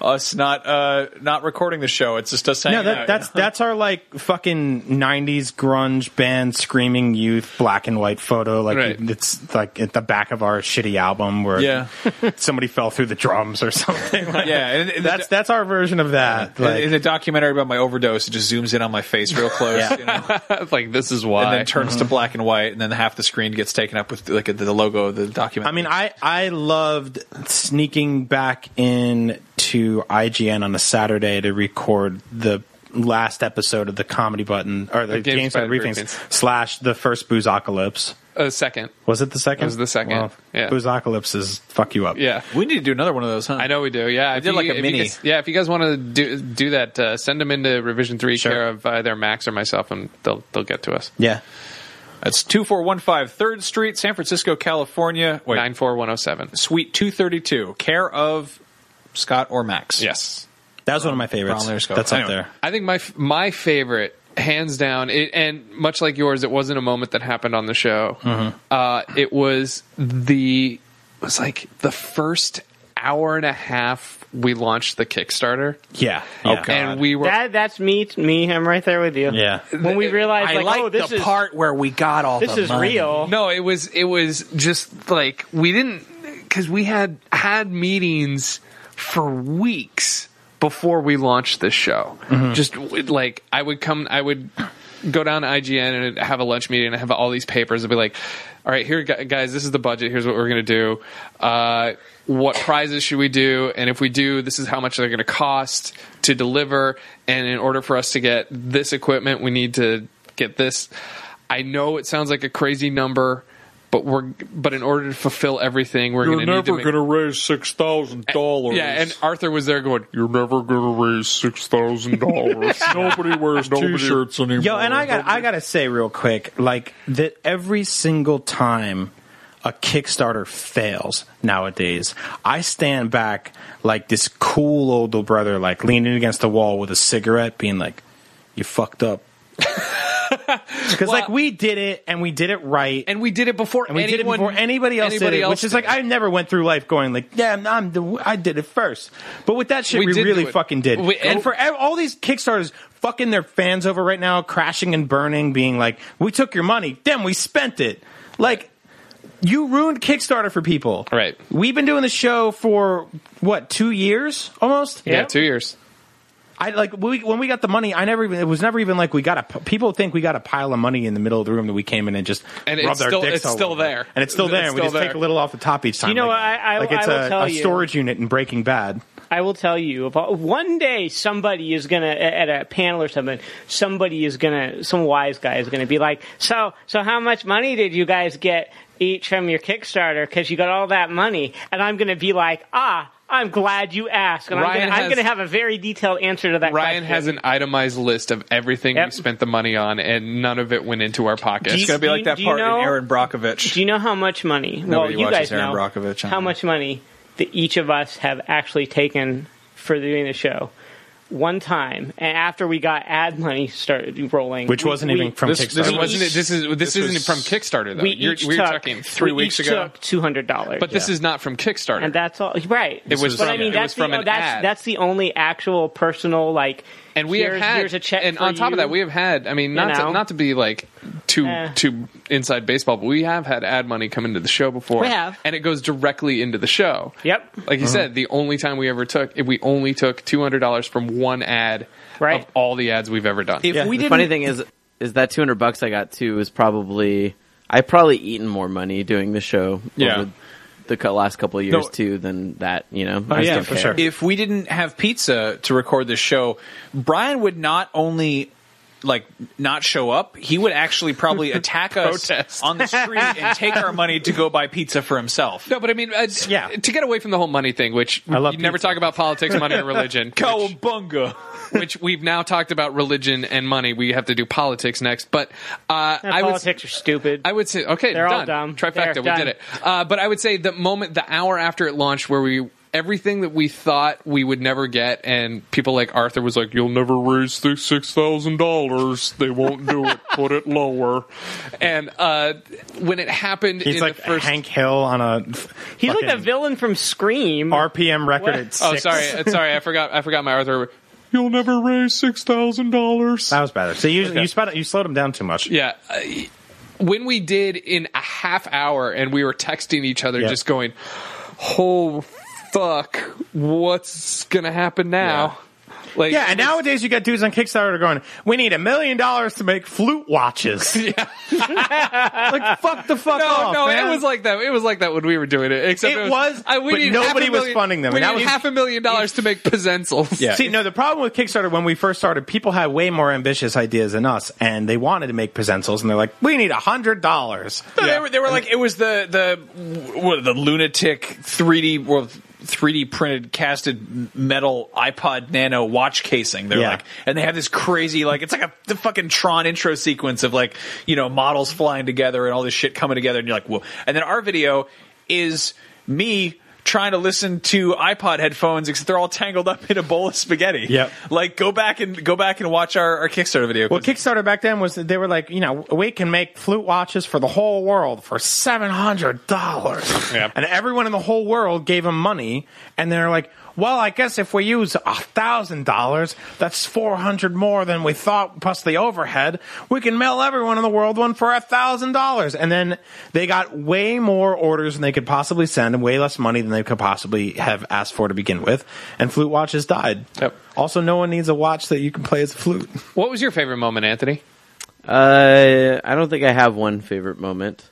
S4: us not uh not recording the show. It's just us hanging
S5: No, that,
S4: out.
S5: that's that's our like fucking '90s grunge band, screaming youth, black and white photo. Like
S1: Right.
S5: it's like at the back of our shitty album where
S4: Yeah.
S5: somebody fell through the drums or something. Like,
S4: yeah, and, and
S5: that's
S4: the,
S5: that's our version of that.
S4: in-
S5: Like,
S4: in the documentary about my overdose, it just zooms in on my face real close, you know,
S1: like this is
S4: and
S1: why.
S4: then turns
S5: Mm-hmm.
S4: to black and white, and then half the screen gets taken up with like the logo of the document.
S5: I mean, I I loved sneaking back in to IGN on a Saturday to record the last episode of the comedy button or the,
S1: Game
S5: games
S1: Spider
S5: GameSpot briefings
S1: Briefings.
S5: slash the first boozeocalypse.
S1: a second,
S5: Was it the second? It
S1: was the second, yeah.
S5: Boozeocalypse is fuck you up.
S1: yeah.
S4: we need to do another one of those, huh?
S1: I know we do. Yeah, if
S4: did like a
S1: if
S4: mini.
S1: guys- yeah, if you guys want to do do that, uh, send them into revision three care of either Max or myself, and they'll they'll get to us.
S5: Yeah.
S4: That's 2415 3rd Street, San Francisco, California. Wait,
S1: oh Nine four one zero seven.
S4: Suite 232, care of Scott or Max.
S1: Yes.
S5: That was one of my favorites.
S4: Brown Layers Cove.
S5: That's up
S4: Anyway.
S5: there.
S1: I think my f- my favorite, hands down, it, and much like yours, it wasn't a moment that happened on the show. Uh, it was the it was like the first hour and a half we launched the Kickstarter,
S5: Yeah.
S4: Oh,
S5: yeah.
S4: God.
S1: and we were
S3: That that's me, me, him, right there with you.
S5: Yeah.
S3: When we realized,
S4: I
S3: like,
S4: like,
S3: oh, this
S4: the
S3: is
S4: part where we got all
S3: this
S4: the
S3: is
S4: money.
S3: real.
S1: no, it was it was just like we didn't because we had had meetings for weeks before we launched this show.
S4: Mm-hmm.
S1: Just w- like I would come, I would go down to IGN and have a lunch meeting and have all these papers and be like, "All right, here, gu- guys, this is the budget. Here's what we're gonna do. Uh, what prizes should we do? And if we do, this is how much they're gonna cost to deliver. And in order for us to get this equipment, we need to get this." I know it sounds like a crazy number, but we're but in order to fulfill everything, we're going to need to make,
S7: to raise six thousand dollars.
S1: yeah, and Arthur was there going,
S7: you're never going to raise six thousand dollars. Nobody wears t-shirts anymore.
S5: Yo, and I got I gotta say real quick, like that every single time a Kickstarter fails nowadays, I stand back like this cool older brother, like leaning against the wall with a cigarette, being like, "You fucked up." Because like we did it and we did it right.
S1: and we did it before
S5: and we did it
S1: anyone-
S5: before anybody else
S1: anybody
S5: did it,
S1: else
S5: which is
S1: did
S5: like
S1: it.
S5: I never went through life going like, yeah, I'm, I'm the, I did it first. But with that shit,
S1: We
S5: we,
S1: did
S5: really
S1: do it.
S5: fucking did.
S1: We-
S5: and
S1: and-
S5: for ev- all these Kickstarters fucking their fans over right now, crashing and burning, being like, we took your money, then we spent it. Like, you ruined Kickstarter for people.
S1: Right.
S5: We've been doing the show for what two years almost.
S1: yeah, two years.
S5: I like we, when we got the money. I never even it was never even like we got a. p- People think we got a pile of money in the middle of the room that we came in and just
S1: And it's
S5: rubbed our
S1: still-
S5: dicks
S1: it's
S5: all
S1: still
S5: over.
S1: there.
S5: and it's still
S1: It's
S5: there. and we
S1: still
S5: just take
S1: there.
S5: a little off the top each time.
S3: You know,
S5: like,
S3: I- I-
S5: like it's
S3: I will
S5: a,
S3: tell
S5: a
S3: you.
S5: storage unit in Breaking Bad.
S3: I will tell you, if all- one day somebody is gonna at a panel or something, somebody is gonna, some wise guy is gonna be like, so, so how much money did you guys get each from your Kickstarter? Because you got all that money, and I'm gonna be like, ah, I'm glad you asked, and I'm,
S1: Ryan
S3: gonna, I'm
S1: has-
S3: gonna have a very detailed answer to that.
S1: Ryan
S3: question.
S1: has an itemized list of everything we
S3: Yep.
S1: spent the money on, and none of it went into our pockets.
S4: It's going to be
S3: Do you-
S4: like that
S3: do you
S4: part
S3: know-
S4: in Aaron Brockovich.
S3: Do you know how much money?
S4: Nobody
S3: well, you
S4: watches
S3: guys
S4: Aaron
S3: know
S4: Brockovich, I
S3: how
S4: know.
S3: much money that each of us have actually taken for doing the show. One time, and after we got ad money started rolling,
S5: Which
S3: we-
S5: wasn't
S3: we-
S5: even from
S1: this,
S5: Kickstarter.
S1: this wasn't. This is this, isn't
S4: was-
S1: from Kickstarter though.
S3: We
S1: You're,
S3: each
S1: we were
S3: took,
S1: talking three
S3: we
S1: weeks
S3: each
S1: ago,
S3: took two hundred dollars.
S1: but this is not from Kickstarter.
S3: and that's all right. It
S1: was
S3: but
S1: from-
S3: I mean,
S1: it
S3: that's
S1: was from
S3: the,
S1: an
S3: that's,
S1: ad.
S3: that's the only actual personal like.
S1: and we
S3: here's-
S1: have had
S3: here's a check,
S1: and
S3: for
S1: on top
S3: you.
S1: of that we have had i mean
S3: You
S1: not
S3: know?
S1: to, not to be like too
S3: Eh.
S1: too inside baseball but we have had ad money come into the show before
S3: We have.
S1: and it goes directly into the show
S3: Yep.
S1: like
S5: Uh-huh.
S1: you said the only time we ever took we only took $200 from one ad
S3: Right.
S1: of all the ads we've ever done
S4: If we
S2: the
S4: didn't,
S2: funny thing is, is that 200 bucks I got too is probably I probably eaten more money doing the show
S1: Yeah.
S2: over the co- last couple of years
S4: No.
S2: too than that. You know, oh,
S5: yeah, for sure.
S4: if we didn't have pizza to record this show, Brian would not only like not show up, he would actually probably attack us
S1: Protest.
S4: on the street and take our money to go buy pizza for himself.
S1: no, but I mean, uh,
S5: Yeah.
S1: to get away from the whole money thing, which I
S5: love
S1: you never
S5: pizza.
S1: talk about politics, money, and religion, which,
S4: Cowabunga!
S1: which we've now talked about religion and money. We have to do politics next, but uh,
S3: And
S1: I would
S3: politics are stupid.
S1: I would say okay,
S3: They're all
S1: done.
S3: dumb.
S1: Trifecta,
S3: They're
S1: we
S3: done.
S1: did it. Uh, but I would say the moment, the hour after it launched, where we everything that we thought we would never get, and people like Arthur was like,
S7: You'll never raise the six thousand dollars. They won't do it. Put it lower.
S1: and uh, when it happened,
S5: He's
S1: in
S5: like
S1: the first,
S5: Hank Hill on a
S3: He's like the
S5: fucking
S3: villain from Scream.
S5: RPM record at six.
S1: oh sorry, sorry, I forgot, I forgot my Arthur.
S7: You'll never raise six thousand dollars.
S5: That was better. So you you, sped, you slowed him down too much.
S1: Yeah. uh, When we did in a half hour and we were texting each other,
S5: Yeah.
S1: just going, oh, fuck, what's going to happen now? Like,
S5: Yeah, and nowadays you got dudes on Kickstarter going, "We need a million dollars to make flute watches." like fuck the fuck
S1: No,
S5: off.
S1: no,
S5: oh, man.
S1: it was like that. It was like that when we were doing it. Except
S5: It
S1: it,
S5: was,
S1: I, we
S5: but
S1: need half
S5: nobody
S1: a
S5: was
S1: million-
S5: funding them,
S1: We
S5: and that
S1: need
S5: was-
S1: half a million dollars to make pencils.
S5: See, no, the problem with Kickstarter when we first started, people had way more ambitious ideas than us, and they wanted to make presentals, and they're like, "We need a hundred dollars."
S4: No, they, were, they were like it was the the what, the lunatic 3D well, 3D printed casted metal iPod Nano watch casing. They're
S5: Yeah.
S4: like, and they have this crazy like it's like a the fucking Tron intro sequence of like you know models flying together and all this shit coming together, and you're like, whoa. And then our video is me trying to listen to iPod headphones except they're all tangled up in a bowl of spaghetti.
S5: Yep.
S4: Like go back and go back and watch our, our Kickstarter video.
S5: Well, Kickstarter back then was they were like, you know, we can make flute watches for the whole world for seven hundred dollars,
S4: Yeah.
S5: and everyone in the whole world gave them money, and they're like, well, I guess if we use a thousand dollars, that's four hundred more than we thought plus the overhead. We can mail everyone in the world one for a thousand dollars, and then they got way more orders than they could possibly send, and way less money than they could possibly have asked for to begin with, and flute watches died.
S1: Yep.
S5: Also, no one needs a watch that you can play as a flute.
S1: What was your favorite moment, Anthony?
S2: Uh, I don't think I have one favorite moment,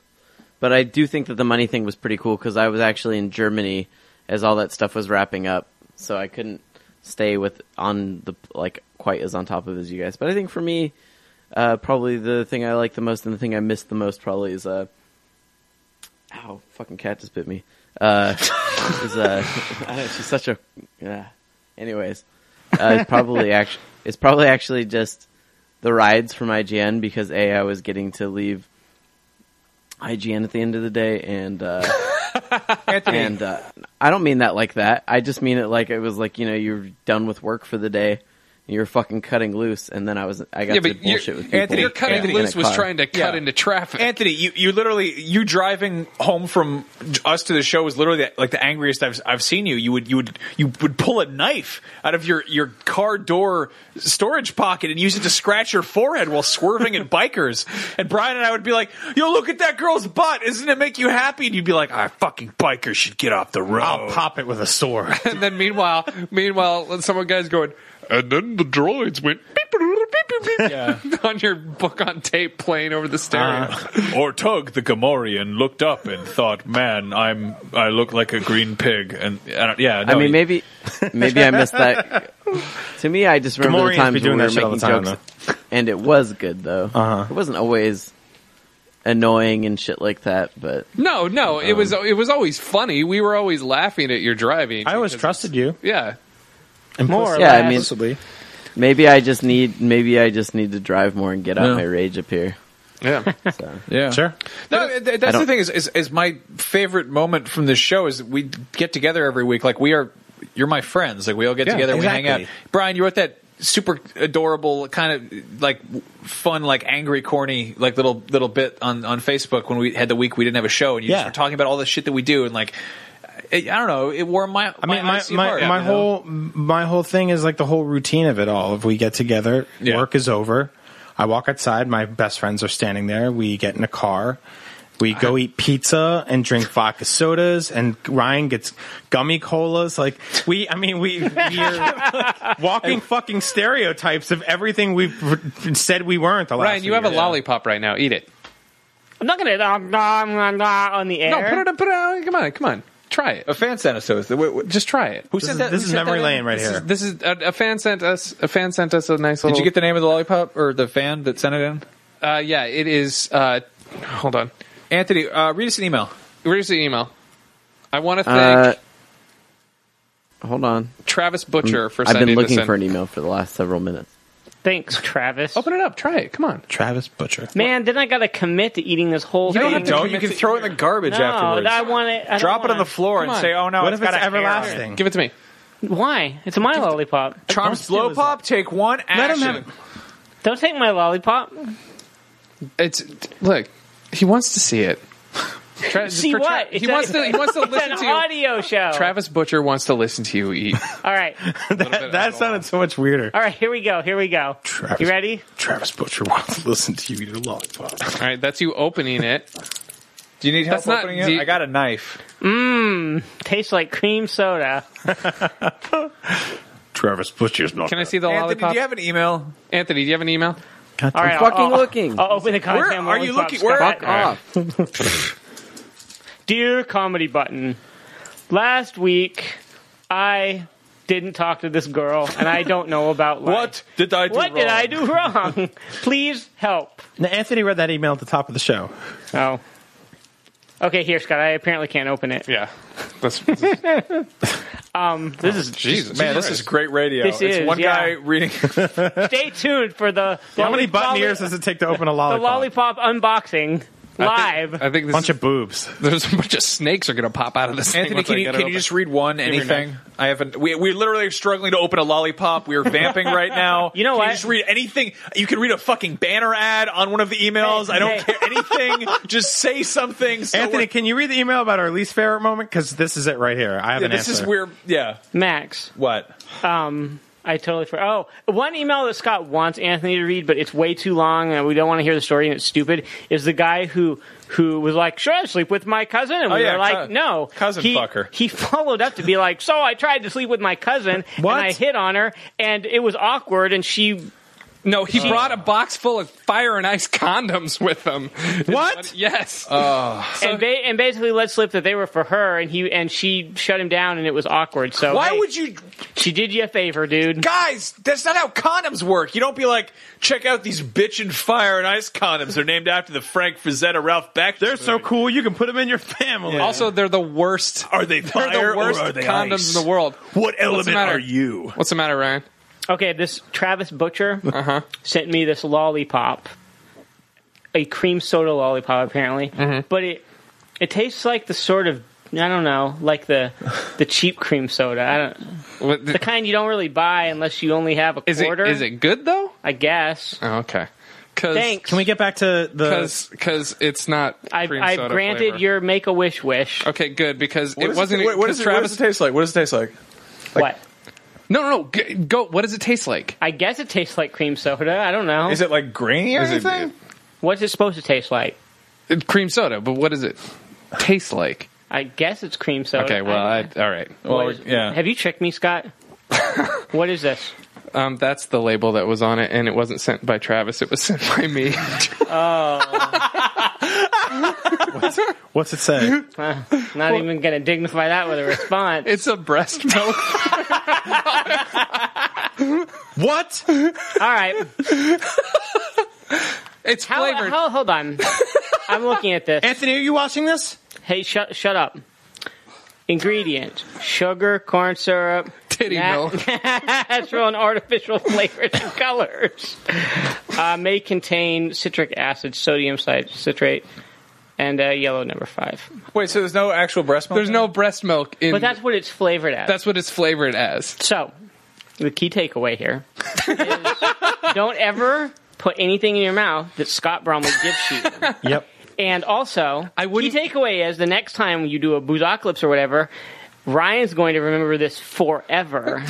S2: but I do think that the money thing was pretty cool because I was actually in Germany as all that stuff was wrapping up, so I couldn't stay with on the like quite as on top of as you guys. But I think for me, uh, probably the thing I like the most and the thing I missed the most probably is uh, ow, fucking cat just bit me. Uh, is uh, I don't, she's such a yeah. Anyways, uh, it's probably actually it's probably actually just the rides from IGN because a I was getting to leave IGN at the end of the day and uh, and uh, I don't mean that like that. I just mean it like it was like you know you're done with work for the day. and You're fucking cutting loose, and then I was I
S1: Yeah,
S2: got to
S1: but you're-
S2: bullshit with people.
S1: Anthony, your cutting
S2: in a
S1: loose was
S2: car.
S1: trying to cut
S4: Yeah.
S1: into traffic.
S4: Anthony, you, you literally you driving home from us to the show was literally the, like the angriest I've I've seen you. You would you would you would pull a knife out of your your car door storage pocket and use it to scratch your forehead while swerving at bikers. And Brian and I would be like, "Yo, look at that girl's butt! Isn't it make you happy?" And you'd be like, "I fucking biker should get off the road."
S5: I'll
S2: Ah,
S5: pop it with a sword.
S1: and then meanwhile, meanwhile, someone guy's going
S7: And then the droids went beep, beep, beep, beep, beep.
S1: on your book on tape playing over the stereo.
S4: Uh. Or Tug the Gamorrean looked up and thought, "Man, I'm I look like a green pig." And, and yeah,
S2: I mean, maybe, maybe I missed that. to me, I just remember
S5: Gamorreans
S2: the times
S5: be
S2: when
S5: doing
S2: we were
S5: that shit all
S2: making
S5: the time,
S2: jokes, and it was good though.
S5: Uh-huh.
S2: It wasn't always annoying and shit like that, but
S1: No, no, it
S4: Um.
S1: was it was always funny. We were always laughing at your driving.
S5: I always
S1: because-
S5: trusted you.
S1: Yeah,
S3: More or
S2: yeah, I
S3: less.
S2: mean, maybe I just need maybe I just need to drive more and get out
S4: Yeah.
S2: my rage up here.
S1: yeah.
S4: yeah,
S5: Sure.
S4: No, th- th- that's
S2: I
S4: the
S2: don't-
S4: thing is, is is my favorite moment from this show is that we get together every week. Like we are, you're my friends. Like we all get together, we hang out.
S5: exactly.
S4: Brian, you wrote that super adorable, kind of like w- fun, like angry, corny, like little little bit on on Facebook when we had the week we didn't have a show, and you just
S5: Yeah.
S4: were talking about all the shit that we do, and like I I don't know, it warmed my
S5: I mean, my
S4: icy
S5: my,
S4: heart,
S5: my
S4: you know?
S5: whole my whole thing is like the whole routine of it all. If we get together,
S4: Yeah.
S5: work is over. I walk outside. My best friends are standing there. We get in a car. We go eat pizza and drink vodka sodas, and Ryan gets gummy colas. Like we, I mean, we we're walking fucking stereotypes of everything we've said we weren't. The last
S1: Ryan, you
S5: few
S1: have a
S5: years.
S1: lollipop right now. Eat it.
S3: I'm not gonna nom, nom, nom, nom on the air.
S1: No, put it on. Put it on. Come on, come on. Try it.
S4: a fan sent us those. Wh- wh-
S1: Just try it.
S4: Who
S5: This
S4: sent
S5: is-
S4: that?
S5: this
S4: who
S5: is
S4: sent that
S5: memory
S4: in?
S5: lane right
S4: This is-
S5: here.
S1: This is a, a fan sent us. A fan sent us a nice little.
S4: Did you get the name of the lollipop or the fan that sent it in?
S1: Uh, yeah, it is. Uh, hold on.
S4: Anthony, uh, read us an email.
S1: Where's the email? I want to thank
S2: Uh, hold on,
S1: Travis Butcher for
S2: I've
S1: sending
S2: been looking
S1: this in.
S2: for an email for the last several minutes.
S3: Thanks, Travis.
S1: Open it up. Try it. Come on.
S5: Travis Butcher.
S3: Man, then I gotta commit to eating this whole
S1: You don't
S3: thing.
S1: have to
S4: No, you can throw it in the garbage
S3: no,
S4: afterwards.
S3: I want it. I don't
S6: Drop it on
S3: wanna-
S6: the floor and
S1: Come on.
S6: say, "Oh no,
S5: What
S6: it's
S5: if it's
S6: got a hair on it."
S5: everlasting?
S1: Give it to me.
S3: Why? It's my lollipop.
S4: Charms
S5: steal
S4: blow
S5: his
S4: pop. Take one. Action.
S5: Let him have it.
S3: Don't take my lollipop.
S1: It's look. He wants to see it. Tra-
S3: See
S1: for Tra-
S3: what?
S1: he
S3: It's a-
S1: wants to. He wants to
S3: It's
S1: listen
S3: an
S1: to you.
S3: audio show.
S1: Travis Butcher wants to listen to you eat.
S3: All right.
S5: that, that sounded so much weirder.
S3: All right, here we go. Here we go.
S5: Travis.
S3: You ready?
S5: Travis Butcher wants to listen to you eat a lollipop.
S1: All right, that's you opening it.
S4: Do you need help
S1: That's not-
S4: opening it?
S1: do you-
S4: I got a knife.
S3: Tastes like cream soda.
S5: Travis Butcher's not.
S1: Can I see the
S4: Anthony,
S1: lollipop?
S4: do you have an email?
S1: Anthony, do you have an email?
S3: All right,
S2: fucking
S3: I'll, I'll,
S2: looking.
S3: I'll open the
S4: Where
S3: goddamn
S4: are you
S3: lollipop,
S4: looking? Where?
S3: Scott.
S2: Fuck off!
S3: Dear Comedy Button, last week I didn't talk to this girl, and I don't know about why.
S4: What did I do
S3: What did
S4: wrong?
S3: I do wrong? Please help.
S5: Now, Anthony read that email at the top of the show.
S3: Oh. Okay, here, Scott. I apparently can't open it.
S1: Yeah. That's,
S3: This is.
S1: Jesus.
S4: Man, this is great radio.
S3: This
S4: it's
S3: is,
S4: one
S3: yeah.
S4: guy reading.
S3: Stay tuned for the.
S5: How many
S3: lollipop-
S5: button ears does it take to open a
S3: The
S5: lollipop?
S3: lollipop unboxing live.
S1: I think this
S5: bunch
S1: is-
S5: of boobs.
S1: there's a bunch of snakes are going to pop out of this thing
S4: Anthony,
S1: once
S4: can
S1: I
S4: you,
S1: get it
S4: can you
S1: open.
S4: just read one anything? I haven't. We we literally are struggling to open a lollipop. We are vamping right now.
S3: You know
S4: can
S3: what?
S4: You just read anything. You can read a fucking banner ad on one of the emails.
S3: Hey,
S4: I don't
S3: hey.
S4: care anything. just say something. So
S5: Anthony,
S4: we're-
S5: can you read the email about our least favorite moment? Because this is it right here. I have
S4: yeah,
S5: an
S4: this
S5: answer.
S4: is weird. Yeah.
S3: Max,
S4: What?
S3: um, I totally forgot. Oh, one email that Scott wants Anthony to read, but it's way too long, and we don't want to hear the story, and it's stupid. Is the guy who who was like, "Sure, I sleep with my cousin,"
S5: Oh,
S3: and we
S4: yeah,
S3: were like,
S4: cou-
S3: "No,
S4: cousin
S3: he,
S4: fucker.
S3: He followed up to be like, "So I tried to sleep with my cousin, and
S5: What?
S3: I hit on her, and it was awkward, and she."
S1: No, he brought a box full of fire and ice condoms with him.
S5: What?
S1: Yes.
S3: and, ba- and basically let slip that they were for her, and he and she shut him down, and it was awkward. So
S4: Why
S3: hey,
S4: would you,
S3: she did you a favor, dude?
S4: guys? That's not how condoms work. You don't be like, check out these bitchin' fire and ice condoms. They're named after the Frank Frazetta Ralph Beck.
S5: They're so cool. You can put them in your family.
S1: also, they're the worst.
S4: Are they
S1: They're
S4: fire
S1: the worst
S4: or are they
S1: condoms
S4: ice?
S1: in the world.
S4: What element
S1: matter?
S4: are you?
S1: What's the matter, Ryan?
S3: Okay, this Travis Butcher
S1: Uh-huh.
S3: sent me this lollipop, a cream soda lollipop apparently,
S1: Mm-hmm.
S3: but it it tastes like the sort of I don't know, like the the cheap cream soda. I don't
S1: What,
S3: the kind you don't really buy unless you only have a
S1: is it
S3: quarter.
S1: is it good though?
S3: I guess.
S1: Oh, okay. Cause,
S3: Thanks.
S5: can we get back to the?
S1: Because because it's not.
S3: I,
S1: cream
S3: I've
S1: soda
S3: granted
S1: flavor.
S3: your make a wish wish.
S1: Okay, good because it wasn't. because Travis?
S4: taste like? What does it taste like?
S3: what?
S1: no, no, no. G- Go. What does it taste like?
S3: I guess it tastes like cream soda. I don't know.
S4: Is it like grainy or anything?
S3: What's it supposed to taste like?
S1: It- Cream soda, but what does it taste like?
S3: I guess it's cream soda.
S1: Okay, well, I, all right.
S3: What
S4: Well,
S3: is-
S4: yeah.
S3: Have you tricked me, Scott? what is this?
S1: Um, that's the label that was on it, and it wasn't sent by Travis. It was sent by me.
S5: What's it say?
S3: Not even going to dignify that with a response.
S1: it's a breast milk.
S5: what?
S3: All right.
S1: It's
S3: How,
S1: flavored.
S3: how- hold on. I'm looking at this.
S5: Anthony, are you watching this?
S3: Hey, shut shut up. Ingredient: sugar, corn syrup,
S1: Titty
S3: nat-
S1: milk.
S3: natural and artificial flavors and colors. Uh, may contain citric acid, sodium cit- citrate, and uh, yellow number five.
S4: Wait, so there's no actual breast milk?
S1: There's
S4: in
S1: no
S4: it?
S1: breast milk in.
S3: But that's what it's flavored as.
S1: that's what it's flavored as.
S3: So, the key takeaway here is don't ever put anything in your mouth that Scott Bromley gives you.
S5: Yep.
S3: And also,
S1: I wouldn't-
S3: key takeaway is the next time you do a boozocalypse or whatever, Ryan's going to remember this forever.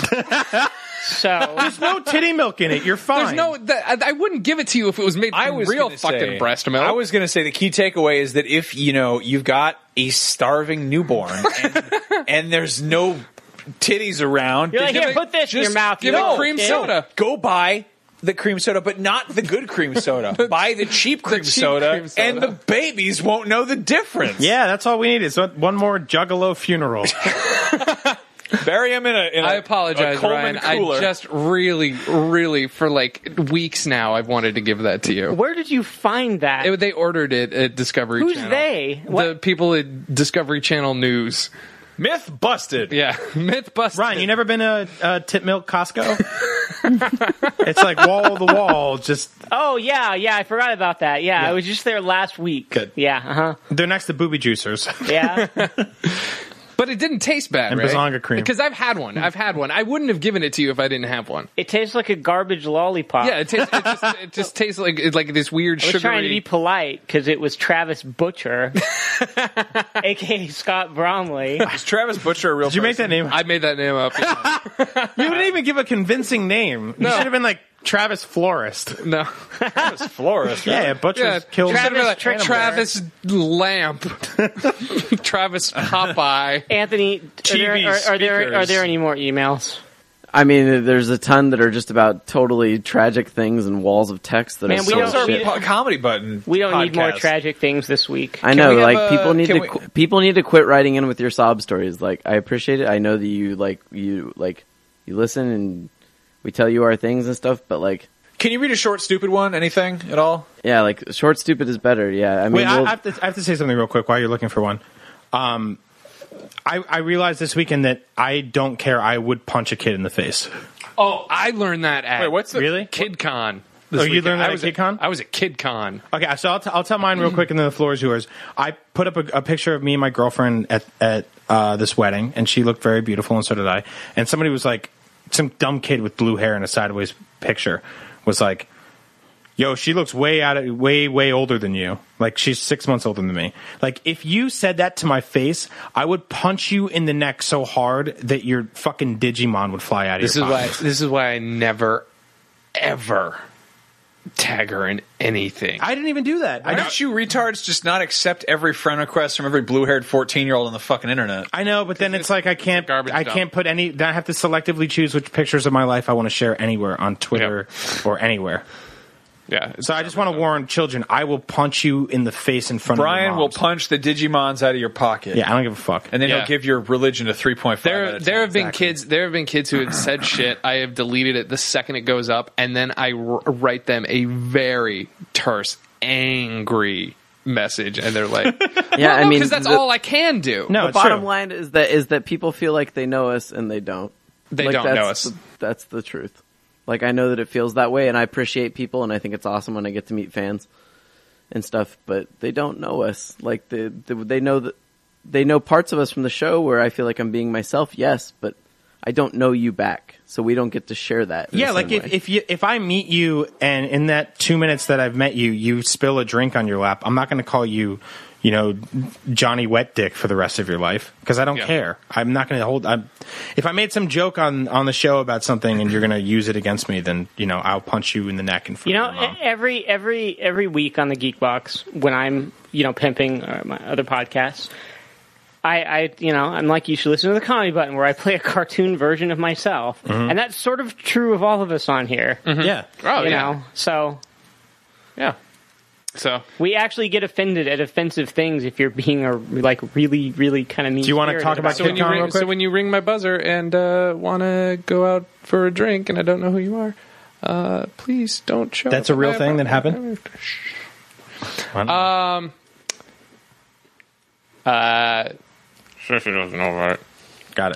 S3: so,
S5: No titty milk in it. You're fine.
S1: There's no. That, I, I wouldn't give it to you if it was made
S4: I
S1: from
S4: was
S1: real
S4: gonna
S1: fucking
S4: say-
S1: breast milk.
S4: I was going to say the key takeaway is that if you know you've got a starving newborn and, and there's no titties around,
S3: you're like,
S4: then
S3: here,
S1: it-
S3: put this in your
S4: just
S3: mouth.
S1: give
S3: you
S1: it
S3: little
S1: cream
S3: kid.
S1: soda.
S4: go buy the cream soda, but not the good cream soda. buy the cheap cream,
S1: cheap
S4: soda,
S1: cream soda.
S4: and the babies won't know the difference.
S5: Yeah, that's all we need is one one more Juggalo funeral.
S4: bury them in a. In a-
S1: I
S5: uh,
S1: apologize,
S4: a Coleman
S1: Ryan.
S4: Cooler.
S1: I just really, really, for like weeks now, I've wanted to give that to you.
S3: Where did you find that?
S1: It- they ordered it at Discovery
S3: Who's
S1: Channel.
S3: they?
S1: The
S3: What?
S1: people at Discovery Channel News.
S4: myth busted.
S1: Yeah, myth busted.
S5: Ryan, you never been to uh, Tit Milk Costco? it's like wall to wall. Just
S3: oh, yeah, yeah, I forgot about that. Yeah, I was just there last week.
S5: Good.
S3: Yeah, uh-huh.
S5: they're next to booby juicers.
S3: Yeah.
S1: but it didn't taste bad.
S5: And
S1: right?
S5: Bazanga cream.
S1: Because I've had one. I've had one. I wouldn't have given it to you if I didn't have one.
S3: It tastes like a garbage lollipop.
S1: Yeah, it tastes. It just, it just tastes like it's like this weird
S3: I was
S1: sugary.
S3: trying to be polite because it was Travis Butcher, aka Scott Bromley.
S4: Is Travis Butcher a real?
S5: Did you make that name?
S1: I made that name up.
S5: you didn't even give a convincing name. You should have been like Travis Florist.
S1: No,
S4: florist? right?
S5: Yeah, butchers
S1: yeah,
S5: killed.
S1: Travis,
S3: Travis
S1: like,
S3: Trickster.
S1: Travis Lamp, Travis Popeye.
S3: Anthony, are there,
S4: TV
S3: are, are there are
S4: speakers.
S3: there any more emails?
S2: I mean, there's a ton that are just about totally tragic things and walls of text that
S3: Man,
S2: are
S3: we
S5: Oh,
S2: so
S3: don't-
S4: Those are
S2: shit.
S4: po- comedy button.
S3: We don't need more
S4: podcasts.
S3: tragic things this week.
S2: I know,
S4: we have
S2: like
S4: a-
S2: people need
S4: can
S2: to
S4: we-
S2: qu- people need to quit writing in with your sob stories. Like I appreciate it. I know that you like you like you listen and we tell you our things and stuff, but like
S4: Can you read a short, stupid one? Anything at all?
S2: yeah, like short stupid is better. Yeah, I mean,
S5: Wait, I,
S2: we'll-
S5: I, have to, I have to say something real quick while you're looking for one. Um, I, I realized this weekend that I don't care. I would punch a kid in the face.
S1: Oh, I learned that at
S4: Wait, what's the
S5: Really?
S1: KidCon. this
S5: Oh, you
S1: weekend.
S5: learned that
S1: I was
S5: at KidCon?
S1: I was at KidCon.
S5: Okay, so I'll, t- I'll tell mine real quick, and then the floor is yours. I put up a, a picture of me and my girlfriend at at uh, this wedding, and she looked very beautiful, and so did I. And somebody was like, some dumb kid with blue hair in a sideways picture was like, "Yo, she looks way out, of, way way older than you. Like she's six months older than me. Like if you said that to my face, I would punch you in the neck so hard that your fucking Digimon would fly out of
S1: This is
S5: your
S1: why.
S5: pocket.
S1: This is why I never, ever tag her in anything.
S5: I didn't even do that. I
S4: Why don't you retards just not accept every friend request from every blue-haired 14-year-old on the fucking internet?
S5: I know, but then it's like I can't.
S1: garbage
S5: I
S1: dump.
S5: can't put any. Then I have to selectively choose which pictures of my life I want to share anywhere on Twitter or anywhere.
S1: yeah.
S5: So I just want to warn children: I will punch you in the face in front
S4: Brian
S5: of your
S4: will
S5: moms.
S4: punch the Digimons out of your pocket.
S5: Yeah, I don't give a fuck.
S4: And then
S1: Yeah.
S4: he'll give your religion a 3.5 out
S1: There,
S4: of
S1: there
S4: 10.
S1: have been kids. There have been kids who have said shit. I have deleted it the second it goes up, and then I r- write them a very terse, angry message, and they're like,
S2: Yeah, I mean,
S1: because that's
S2: the,
S1: all I can do."
S5: no,
S2: the
S5: it's
S2: bottom
S5: true.
S2: line is that is that people feel like they know us and they don't.
S1: They
S2: Like,
S1: don't
S2: that's
S1: know us.
S2: The, that's the truth. Like I know that it feels that way, and I appreciate people, and I think it's awesome when I get to meet fans and stuff. But they don't know us. Like they they, they know that they know parts of us from the show where I feel like I'm being myself. Yes, but I don't know you back, so we don't get to share that. in
S5: Yeah,
S2: the
S5: like
S2: same
S5: if,
S2: way.
S5: if you if I meet you and in that two minutes that I've met you, you spill a drink on your lap, I'm not going to call you, you know, Johnny Wet Dick for the rest of your life because I don't
S1: Yeah.
S5: care. I'm not going to hold. I'm, if I made some joke on on the show about something and you're going to use it against me, then you know I'll punch you in the neck in front
S3: You know,
S5: of your mom.
S3: e- every every every week on the Geek Box, when I'm you know pimping uh, my other podcasts, I, I you know I'm like you should listen to the comedy button where I play a cartoon version of myself, and that's sort of true of all of us on here.
S5: yeah,
S1: Oh
S3: You
S1: yeah,
S3: know, so
S1: yeah. So
S3: we actually get offended at offensive things if you're being a like really really kind of mean.
S5: Do you wanna
S3: want to
S5: talk about
S1: so when, you
S5: Kidcon real
S1: ring, so
S5: quick?
S1: when you ring my buzzer and uh, want to go out for a drink, and I don't know who you are, uh, please don't show.
S5: That's
S1: up
S5: a
S1: at
S5: real
S1: my
S5: thing that
S1: apartment.
S5: happened. Uh,
S7: Sure, she doesn't know about it.
S5: Got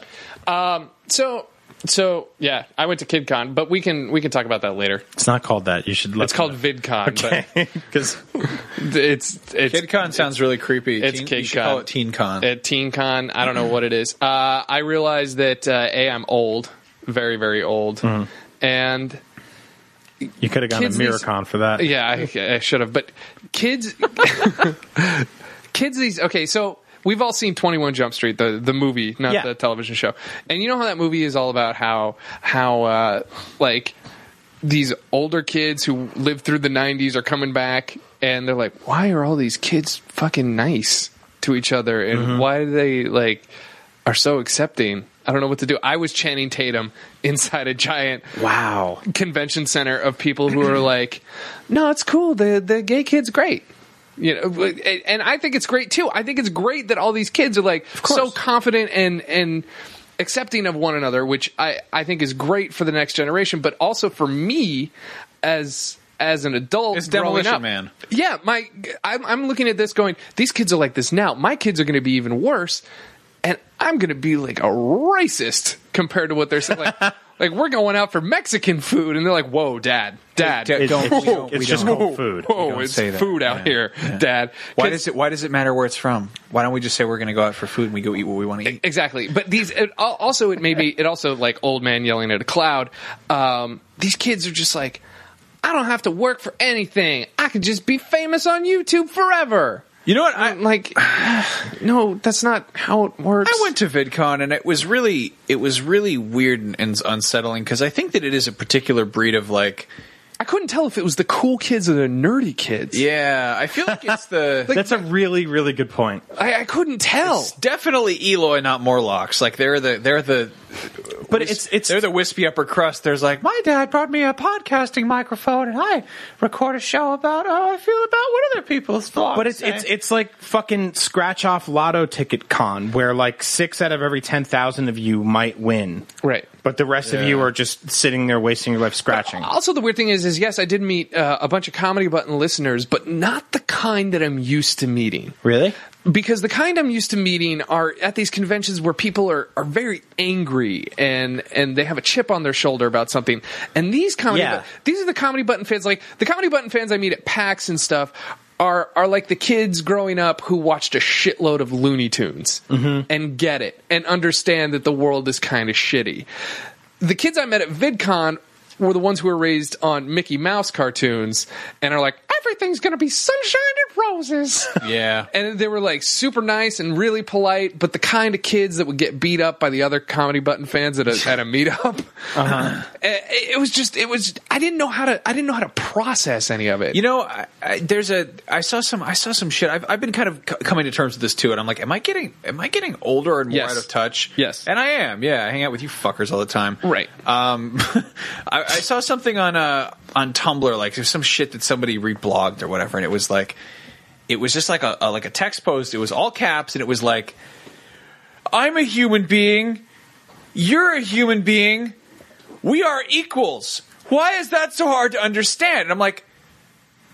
S5: it.
S1: So, so yeah, I went to KidCon, but we can we can talk about that later.
S5: It's not called that. You should. Look
S1: It's called VidCon.
S5: because
S1: But it's it's
S4: KidCon sounds really creepy.
S1: It's
S4: Teen- You should
S1: KidCon.
S4: call it TeenCon.
S1: at TeenCon. I don't know what it is. Uh, I realized that uh, a I'm old, very very old,
S5: Mm-hmm.
S1: and
S5: you could have gone to
S1: Kids these-
S5: Miracon for that.
S1: yeah, I, I should have. But kids, kids, these okay. So we've all seen Twenty One Jump Street, the the movie, not
S5: Yeah.
S1: the television show. And you know how that movie is all about how how uh, like these older kids who lived through the '90s are coming back, and they're like, why are all these kids fucking nice to each other, and
S5: Mm-hmm.
S1: why do they like are so accepting? I don't know what to do. I was Channing Tatum inside a giant
S5: Wow.
S1: convention center of people who are like, "No, it's cool. The the gay kid's great." You know, and and I think it's great too. I think it's great that all these kids are like so confident and and accepting of one another, which I I think is great for the next generation, but also for me as as an adult,
S4: It's
S1: growing
S4: Demolition
S1: up.
S4: Man.
S1: Yeah, my I'm, I'm looking at this going, these kids are like this now. My kids are going to be even worse, and I'm going to be like a racist compared to what they're saying. Like, like we're going out for Mexican food, and they're like, "Whoa, Dad, Dad,
S4: Dad, don't-
S1: whoa,
S4: we don't-
S5: It's just called food. You
S1: whoa,
S5: don't
S1: it's
S5: say that.
S1: food out
S5: Yeah.
S1: here, Dad."
S4: why
S1: 'Cause-
S4: does it Why does it matter where it's from? Why don't we just say we're going to go out for food and we go eat what we want to eat?
S1: Exactly, but these it, al- also it may be it also like old man yelling at a cloud. Um, these kids are just like, I don't have to work for anything. I can just be famous on YouTube forever.
S4: You know what? I,
S1: like no that's not how it works
S4: I went to VidCon and it was really it was really weird and, and unsettling because I think that it is a particular breed of like
S1: i couldn't tell if it was the cool kids or the nerdy kids
S4: yeah I feel like it's the
S5: That's a really, really good point.
S1: i, I couldn't tell
S4: it's definitely Eloy not Morlocks like they're the they're the
S5: But it's it's
S4: they're the wispy upper crust there's like my dad brought me a podcasting microphone and I record a show about how I feel about what other people's thoughts
S5: but it's it's it's like fucking scratch off lotto ticket con where like six out of every ten thousand of you might win,
S1: right
S5: but the rest of you are just sitting there wasting your life scratching.
S1: also the weird thing is is yes i did meet uh, a bunch of comedy button listeners but not the kind that i'm used to meeting
S5: Really?
S1: because the kind I'm used to meeting are at these conventions where people are, are very angry and and they have a chip on their shoulder about something. And these comedy
S6: Yeah.
S1: these are the comedy button fans like the comedy button fans I meet at PAX and stuff are are like the kids growing up who watched a shitload of Looney Tunes and get it and understand that the world is kind of shitty. The kids I met at VidCon were the ones who were raised on Mickey Mouse cartoons and are like everything's going to be sunshine and roses.
S4: Yeah.
S1: And they were like super nice and really polite, but the kind of kids that would get beat up by the other comedy button fans at a, at a meetup.
S4: Uh-huh.
S1: Eh, It, it was just, it was, I didn't know how to, I didn't know how to process any of it.
S4: You know, I, I, there's a. I saw some. I saw some shit. I've, I've been kind of c- coming to terms with this too, and I'm like, am I getting? Am I getting older and more
S1: Yes.
S4: out of touch?
S1: Yes.
S4: and I am. Yeah, I hang out with you fuckers all the time.
S1: Right.
S4: Um, I, I saw something on uh on Tumblr like there's some shit that somebody reblogged or whatever, and it was like, it was just like a, a like a text post. It was all caps, and it was like, I'm a human being. You're a human being. We are equals. Why is that so hard to understand? And I'm like,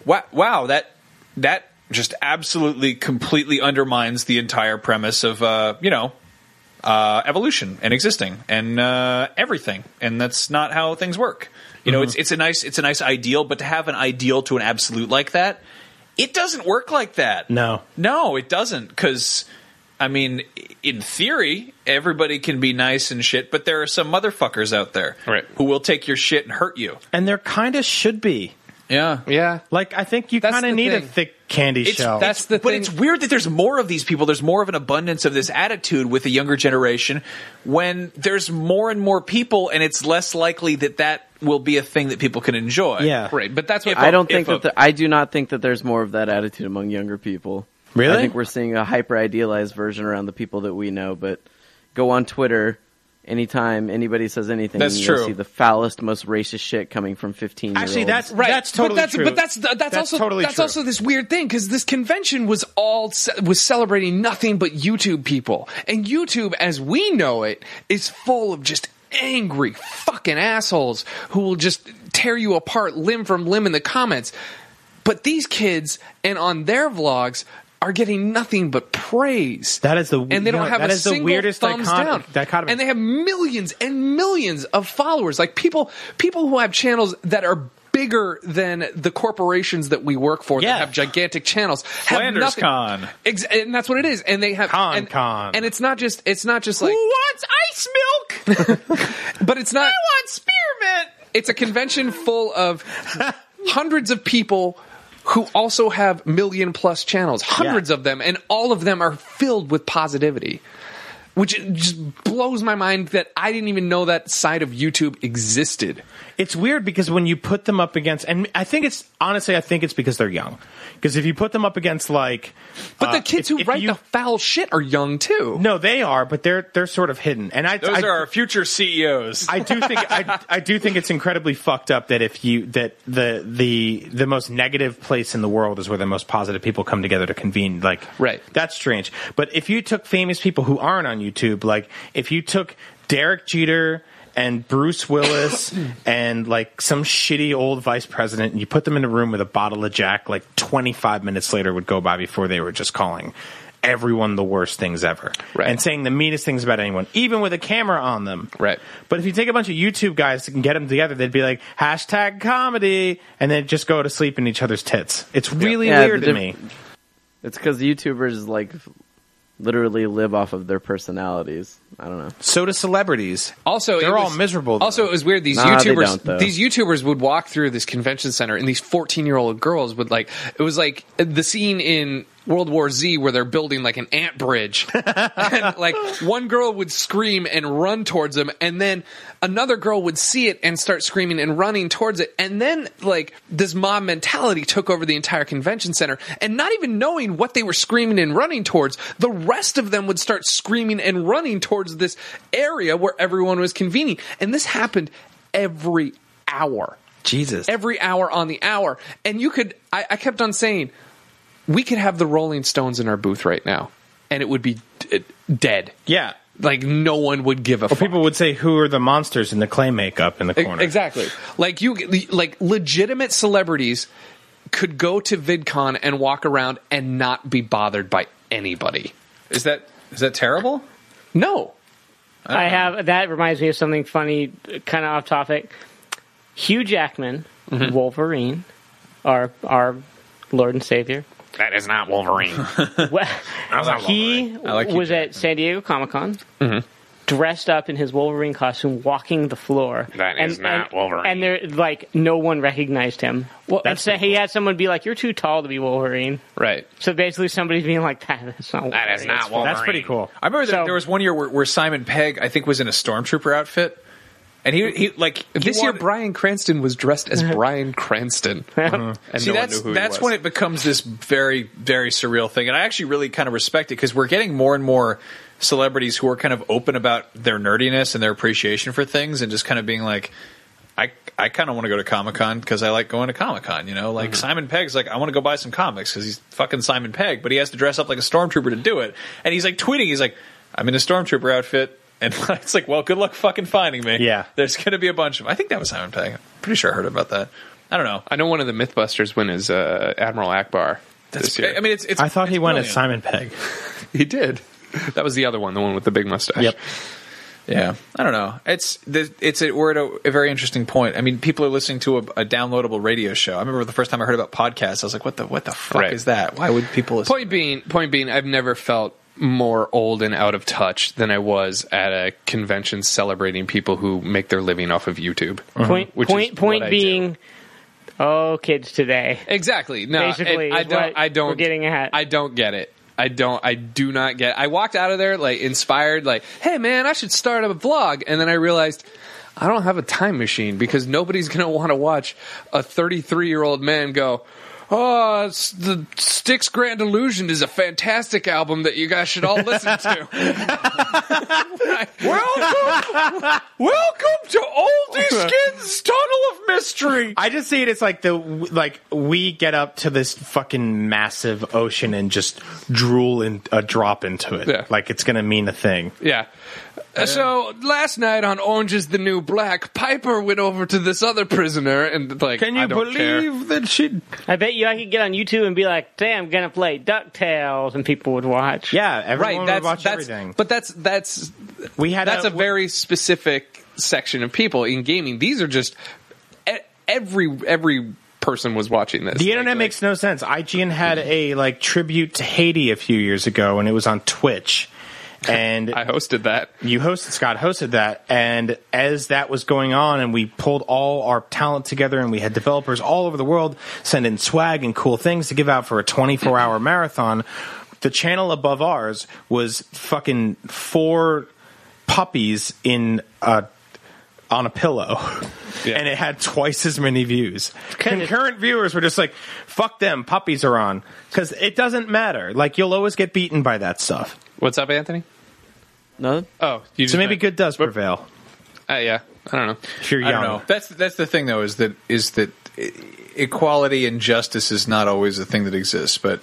S4: wow, wow that that just absolutely completely undermines the entire premise of uh, you know uh, evolution and existing and uh, everything. And that's not how things work. You know, it's it's a nice it's a nice ideal, but to have an ideal to an absolute like that, it doesn't work like that.
S5: No.
S4: no, it doesn't. Because I mean, in theory, everybody can be nice and shit, but there are some motherfuckers out there
S1: Right.
S4: who will take your shit and hurt you.
S5: And there kind of should be.
S4: Yeah,
S1: yeah.
S5: Like, I think you
S1: That's
S5: kind of
S1: the
S5: need a
S1: thing.
S5: thick candy shell.
S1: that's the
S4: but
S1: thing.
S4: it's weird that there's more of these people. There's more of an abundance of this attitude with the younger generation when there's more and more people, and it's less likely that that will be a thing that people can enjoy.
S5: yeah.
S1: Right. But that's what
S2: I don't
S4: if
S2: think
S4: a-
S2: that the, I do not think that there's more of that attitude among younger people.
S5: Really?
S2: I think we're seeing a hyper idealized version around the people that we know. But go on Twitter anytime anybody says anything,
S4: That's
S2: and you'll
S4: true.
S2: see the foulest, most racist shit coming from fifteen.
S5: Actually, that's
S1: Right.
S5: that's totally
S1: but that's,
S5: true.
S1: But that's that's, also
S5: totally
S1: that's
S5: true.
S1: also this weird thing because this convention was all ce- was celebrating nothing but YouTube people, and YouTube, as we know it, is full of just angry fucking assholes who will just tear you apart limb from limb in the comments. But these kids and on their vlogs are getting nothing but praise.
S5: That is the-
S1: and they
S5: you
S1: don't
S5: know,
S1: have
S5: that
S1: a
S5: is the
S1: single
S5: weirdest
S1: thumbs
S5: dichot-
S1: down.
S5: dichotomy.
S1: And they have millions and millions of followers. Like people, people who have channels that are bigger than the corporations that we work for
S5: Yeah.
S1: that have gigantic channels. have
S4: Flanders
S1: nothing-
S4: Con.
S1: Ex- and that's what it is. And they have
S5: Con
S1: and,
S5: Con.
S1: And it's not just. It's not just like.
S4: Who wants ice milk? Who
S1: But it's not.
S4: wants spearmint?
S1: It's a convention full of hundreds of people. Who also have million plus channels, hundreds
S5: Yeah.
S1: of them, and all of them are filled with positivity. which just blows my mind that I didn't even know that side of YouTube existed.
S5: It's weird because when you put them up against, and I think it's honestly, I think it's because they're young. Because if you put them up against like,
S1: But
S5: uh,
S1: the kids
S5: if-
S1: who
S5: if
S1: write
S5: you-
S1: the foul shit are young too.
S5: no, they are, but they're they're sort of hidden. And I,
S4: Those
S5: I,
S4: are our future E CEOs.
S5: I do think I, I do think it's incredibly fucked up that if you that the the the most negative place in the world is where the most positive people come together to convene. Like,
S1: Right.
S5: That's strange. But if you took famous people who aren't on YouTube, like if you took Derek Jeter and Bruce Willis and like some shitty old vice president and you put them in a room with a bottle of Jack, like 25 minutes later would go by before they were just calling everyone the worst things ever
S1: Right.
S5: and saying the meanest things about anyone, even with a camera on them.
S1: Right.
S5: But if you take a bunch of YouTube guys and get them together, they'd be like hashtag comedy, and then just go to sleep in each other's tits. It's really
S2: Yeah,
S5: weird
S2: the
S5: to me.
S2: diff- It's because YouTubers like literally live off of their personalities. I don't know.
S5: So do celebrities.
S1: Also, it
S5: They're all
S1: was-
S5: miserable, though.
S1: Also, it was weird. These
S2: Nah, they
S1: YouTubers,
S2: don't, though.
S1: these YouTubers would walk through this convention center, and these fourteen-year-old girls would like. It was like uh, the scene in World War Z where they're building like an ant bridge, and like one girl would scream and run towards them, and then another girl would see it and start screaming and running towards it, and then like this mob mentality took over the entire convention center, and not even knowing what they were screaming and running towards, the rest of them would start screaming and running towards this area where everyone was convening, and this happened every hour
S5: Jesus.
S1: every hour on the hour. And you could, I, I kept on saying, we could have the Rolling Stones in our booth right now, and it would be d- dead.
S5: yeah.
S1: Like no one would give a
S5: Or
S1: fuck.
S5: people would say, "Who are the monsters in the clay makeup in the
S1: E-
S5: corner?"
S1: Exactly. Like you, like legitimate celebrities could go to VidCon and walk around and not be bothered by anybody.
S4: Is that is that terrible?
S1: No.
S3: I have that reminds me of something funny, kind of off topic. Hugh Jackman,
S5: Mm-hmm.
S3: Wolverine, our our Lord and Savior.
S1: That is not Wolverine.
S3: Well,
S5: not
S3: he
S4: like Hugh
S3: was at San Diego Comic Con,
S5: Mm-hmm.
S3: dressed up in his Wolverine costume, walking the floor.
S1: That is not Wolverine.
S3: And there, like, no one recognized him. Well,
S5: that's
S3: so he had someone be like, "You're too tall to be Wolverine."
S1: right.
S3: So basically, somebody's being like, "That- "That's not." Wolverine.
S1: That is not Wolverine.
S5: That's pretty cool.
S4: I remember there,
S3: So-
S4: there was one year where, where Simon Pegg, I think, was in a stormtrooper outfit, and he he like he
S1: This year,
S4: wanted-
S1: Brian Cranston was dressed as Brian Cranston. Uh-huh. And
S4: See,
S1: no one
S4: that's
S1: knew who he
S4: that's
S1: was.
S4: when it becomes this very very surreal thing, and I actually really kind of respect it because we're getting more and more celebrities who are kind of open about their nerdiness and their appreciation for things, and just kind of being like, I I kind of want to go to Comic Con because I like going to Comic Con, you know.
S1: Mm-hmm.
S4: Like Simon Pegg's like, I want to go buy some comics because he's fucking Simon Pegg, but he has to dress up like a stormtrooper to do it, and he's like tweeting, he's like, I'm in a stormtrooper outfit. And it's like, well, good luck fucking finding me.
S5: Yeah.
S4: There's going to be a bunch of I think that was Simon Pegg. I'm pretty sure I heard about that. I don't know.
S1: I know one of the MythBusters win is uh, Admiral Akbar.
S4: That's
S1: this year.
S4: I mean, it's. it's
S5: I thought he
S4: it's
S5: went as
S4: brilliant.
S5: Simon Pegg.
S1: he did. That was the other one, the one with the big mustache.
S5: Yep.
S4: Yeah, I don't know. It's the it's a, we're at a, a very interesting point. I mean, people are listening to a, a downloadable radio show. I remember the first time I heard about podcasts, I was like, "What the what the fuck
S1: Right.
S4: is that? Why would people?" Listen?
S1: Point being, point being, I've never felt more old and out of touch than I was at a convention celebrating people who make their living off of YouTube.
S3: Point
S1: Which is
S3: point point
S1: what I do.
S3: being, oh, kids today.
S1: Exactly. No,
S3: Basically,
S1: and I
S3: is
S1: don't.
S3: what
S1: I don't.
S3: we're getting at.
S1: I don't get it. I don't. I do not get. I walked out of there like inspired. Like, hey man, I should start a vlog. And then I realized I don't have a time machine because nobody's gonna want to watch a 33 year old man go. Oh, it's the Styx Grand Illusion is a fantastic album that you guys should all listen to.
S4: Welcome to Oldie Skin's Tunnel of Mystery.
S5: I just see it as like the like we get up to this fucking massive ocean and just drool in a drop into it.
S1: Yeah.
S5: Like it's gonna mean a thing.
S1: Yeah. Uh, So last night on Orange is the New Black, Piper went over to this other prisoner and like, I don't care.
S5: that she?
S3: I bet you I could get on YouTube and be like, "Today I'm gonna play Ducktales," and people would watch.
S5: Yeah, everyone
S1: right?
S5: would
S1: That's
S5: watch
S1: that's Uh,
S5: everything.
S1: but that's that's
S5: we had
S1: that's a very specific section of people in gaming. These are just e- every every person was watching this.
S5: The
S1: Like,
S5: internet
S1: like,
S5: makes no sense. IGN had a like tribute to Haiti a few years ago, and it was on Twitch. And
S1: I hosted that.
S5: you hosted Scott hosted that, and as that was going on, and we pulled all our talent together, and we had developers all over the world send in swag and cool things to give out for a 24 hour marathon. The channel above ours was fucking four puppies in a on a pillow. And it had twice as many views. Concurrent viewers were just like, fuck them, puppies are on. Because it doesn't matter. Like, you'll always get beaten by that stuff.
S1: What's up, Anthony?
S2: No,
S1: Oh, you just
S5: So maybe
S1: went-
S5: good does prevail.
S1: Uh, yeah, I don't know.
S5: If you're
S4: I don't
S5: young.
S4: know. That's that's the thing though is that is that e- equality and justice is not always a thing that exists. But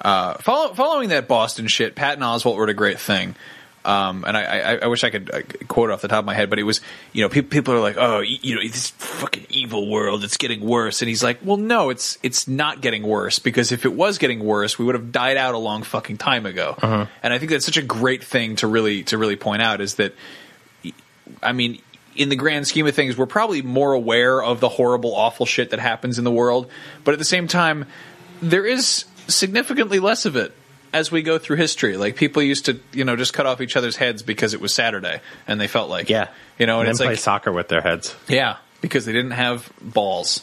S4: uh, follow, following that Boston shit, Patton Oswalt wrote a great thing. Um, and I, I, I wish I could uh, quote off the top of my head, but it was, you know, pe- people are like, oh, y- you know, this fucking evil world, it's getting worse. And he's like, well, no, it's it's not getting worse because if it was getting worse, we would have died out a long fucking time ago. And I think that's such a great thing to really to really point out is that I mean, in the grand scheme of things, we're probably more aware of the horrible, awful shit that happens in the world. But at the same time, there is significantly less of it as we go through history. Like people used to, you know, just cut off each other's heads because it was Saturday and they felt like,
S5: Yeah.
S4: you know, and,
S5: and then
S4: it's
S5: play
S4: like,
S5: soccer with their heads.
S4: yeah, because they didn't have balls.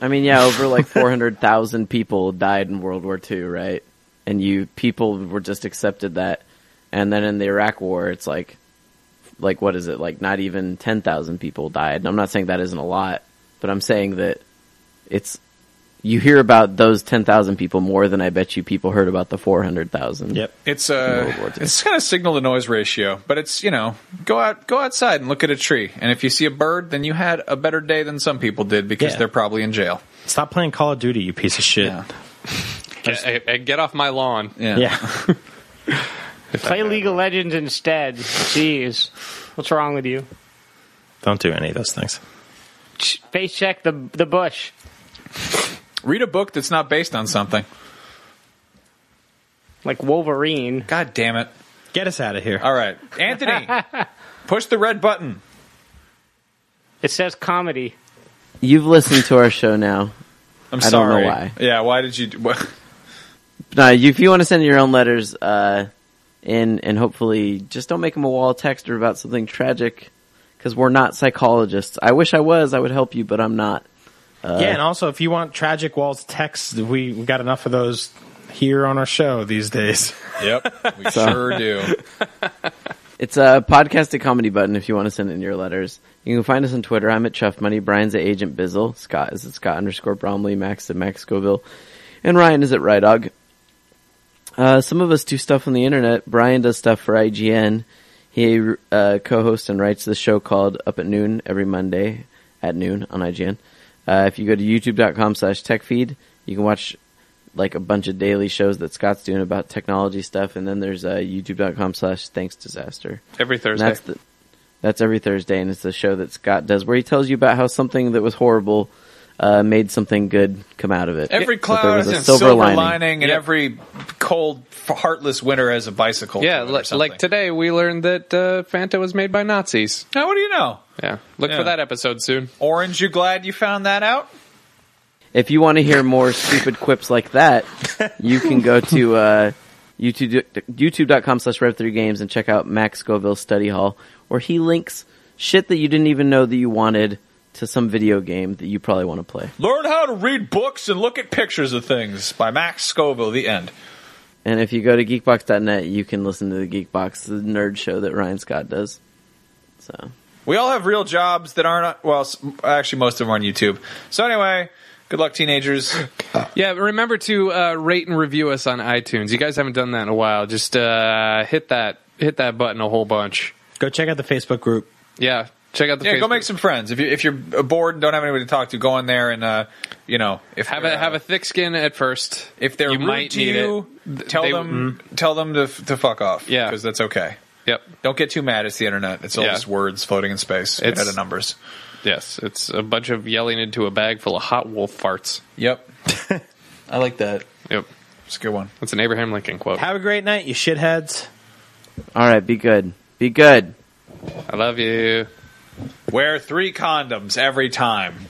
S2: I mean, yeah, over like 400,000 people died in World War II, right? And you people were just accepted that. And then in the Iraq War, it's like, like what is it? Like not even 10,000 people died. And I'm not saying that isn't a lot, but I'm saying that it's you hear about those 10,000 people more than I bet you people heard about the 400,000.
S4: It's
S2: World War
S4: uh,
S2: II.
S4: it's kind of signal to noise ratio, but it's you know go out go outside and look at a tree, and if you see a bird, then you had a better day than some people did because
S5: Yeah.
S4: they're probably in jail.
S5: Stop playing Call of Duty, you piece of shit.
S4: Yeah.
S1: Get, I, I uh, get off my lawn.
S5: Yeah.
S3: Play League of Legends instead. Jeez, what's wrong with you?
S5: Don't do any of those things.
S3: Face check the the bush.
S4: Read a book that's not based on something.
S3: like Wolverine.
S4: God damn it.
S5: Get us out of here.
S4: All right. Anthony, push the red button.
S3: It says comedy.
S2: You've listened to our show now.
S4: I'm
S2: I don't know
S4: sorry.
S2: why.
S4: Yeah, why did you do what?
S2: Now, you- if you want to send your own letters uh, in, and hopefully just don't make them a wall texter about something tragic, because we're not psychologists. I wish I was. I would help you, but I'm not.
S5: yeah, and also if you want tragic walls texts, we, we got enough of those here on our show these days.
S4: Yep, we sure do.
S2: It's a podcast at Comedy Button if you want to send in your letters. You can find us on Twitter. I'm at Chuff Money. Brian's at Agent Bizzle. Scott is at Scott underscore Bromley. Max at Max Scoville. And Ryan is at Rydog. Uh, some of us do stuff on the internet. Brian does stuff for IGN. He uh, co-hosts and writes the show called Up at Noon every Monday at noon on IGN. Uh, if you go to youtube.com slash techfeed, you can watch like a bunch of daily shows that Scott's doing about technology stuff. And then there's uh, youtube.com slash thanks disaster.
S4: Every
S2: And
S4: Thursday.
S2: that's the, that's every Thursday, and it's the show that Scott does where he tells you about how something that was horrible uh, made something good come out of it.
S4: every
S2: That there
S4: cloud
S2: was
S4: has
S2: a
S4: a silver, lining, and every cold, heartless winter has a bicycle.
S1: Yeah,
S4: to it or
S1: li- like
S4: something.
S1: today we learned that uh, Fanta was made by Nazis.
S4: Now, what do you know?
S1: Yeah, look
S4: Yeah.
S1: for that episode soon.
S4: Orange, you glad you found that out?
S2: If you want to hear more stupid quips like that, you can go to uh, YouTube, youtube.com slash rev3games and check out Max Scoville's study hall where he links shit that you didn't even know that you wanted to some video game that you probably want to play.
S4: Learn how to read books and look at pictures of things by Max Scoville. The end.
S2: And if you go to geekbox.net, you can listen to the Geekbox, the nerd show that Ryan Scott does. So.
S4: We all have real jobs that aren't well. s- Actually, most of them are on YouTube. So anyway, good luck, teenagers.
S1: Yeah, remember to uh, rate and review us on iTunes. You guys haven't done that in a while. Just uh, hit that hit that button a whole bunch.
S5: Go check out the Facebook group.
S1: Yeah, check out the
S4: Yeah, go
S1: Facebook.
S4: make some friends. If you if you're bored and don't have anybody to talk to, go in there and uh, you know if
S1: have
S4: you're,
S1: a
S4: uh,
S1: have a thick skin at first.
S4: if they're
S1: you
S4: rude
S1: might
S4: to
S1: need
S4: you,
S1: it.
S4: th- tell
S1: They- Mm-hmm.
S4: them tell them to f- to fuck off.
S1: Yeah.
S4: because that's okay.
S1: Yep.
S4: Don't get too mad. It's the internet. It's all
S1: Yeah.
S4: just words floating in space.
S1: It's-
S4: It's out of numbers.
S1: Yes, it's a bunch of yelling into a bag full of hot wolf farts.
S4: Yep. I like that.
S1: Yep,
S4: It's a good one.
S1: that's an Abraham Lincoln quote.
S5: Have a great night, you shitheads.
S2: All right, be good. Be good.
S1: I love you.
S4: Wear three condoms every time.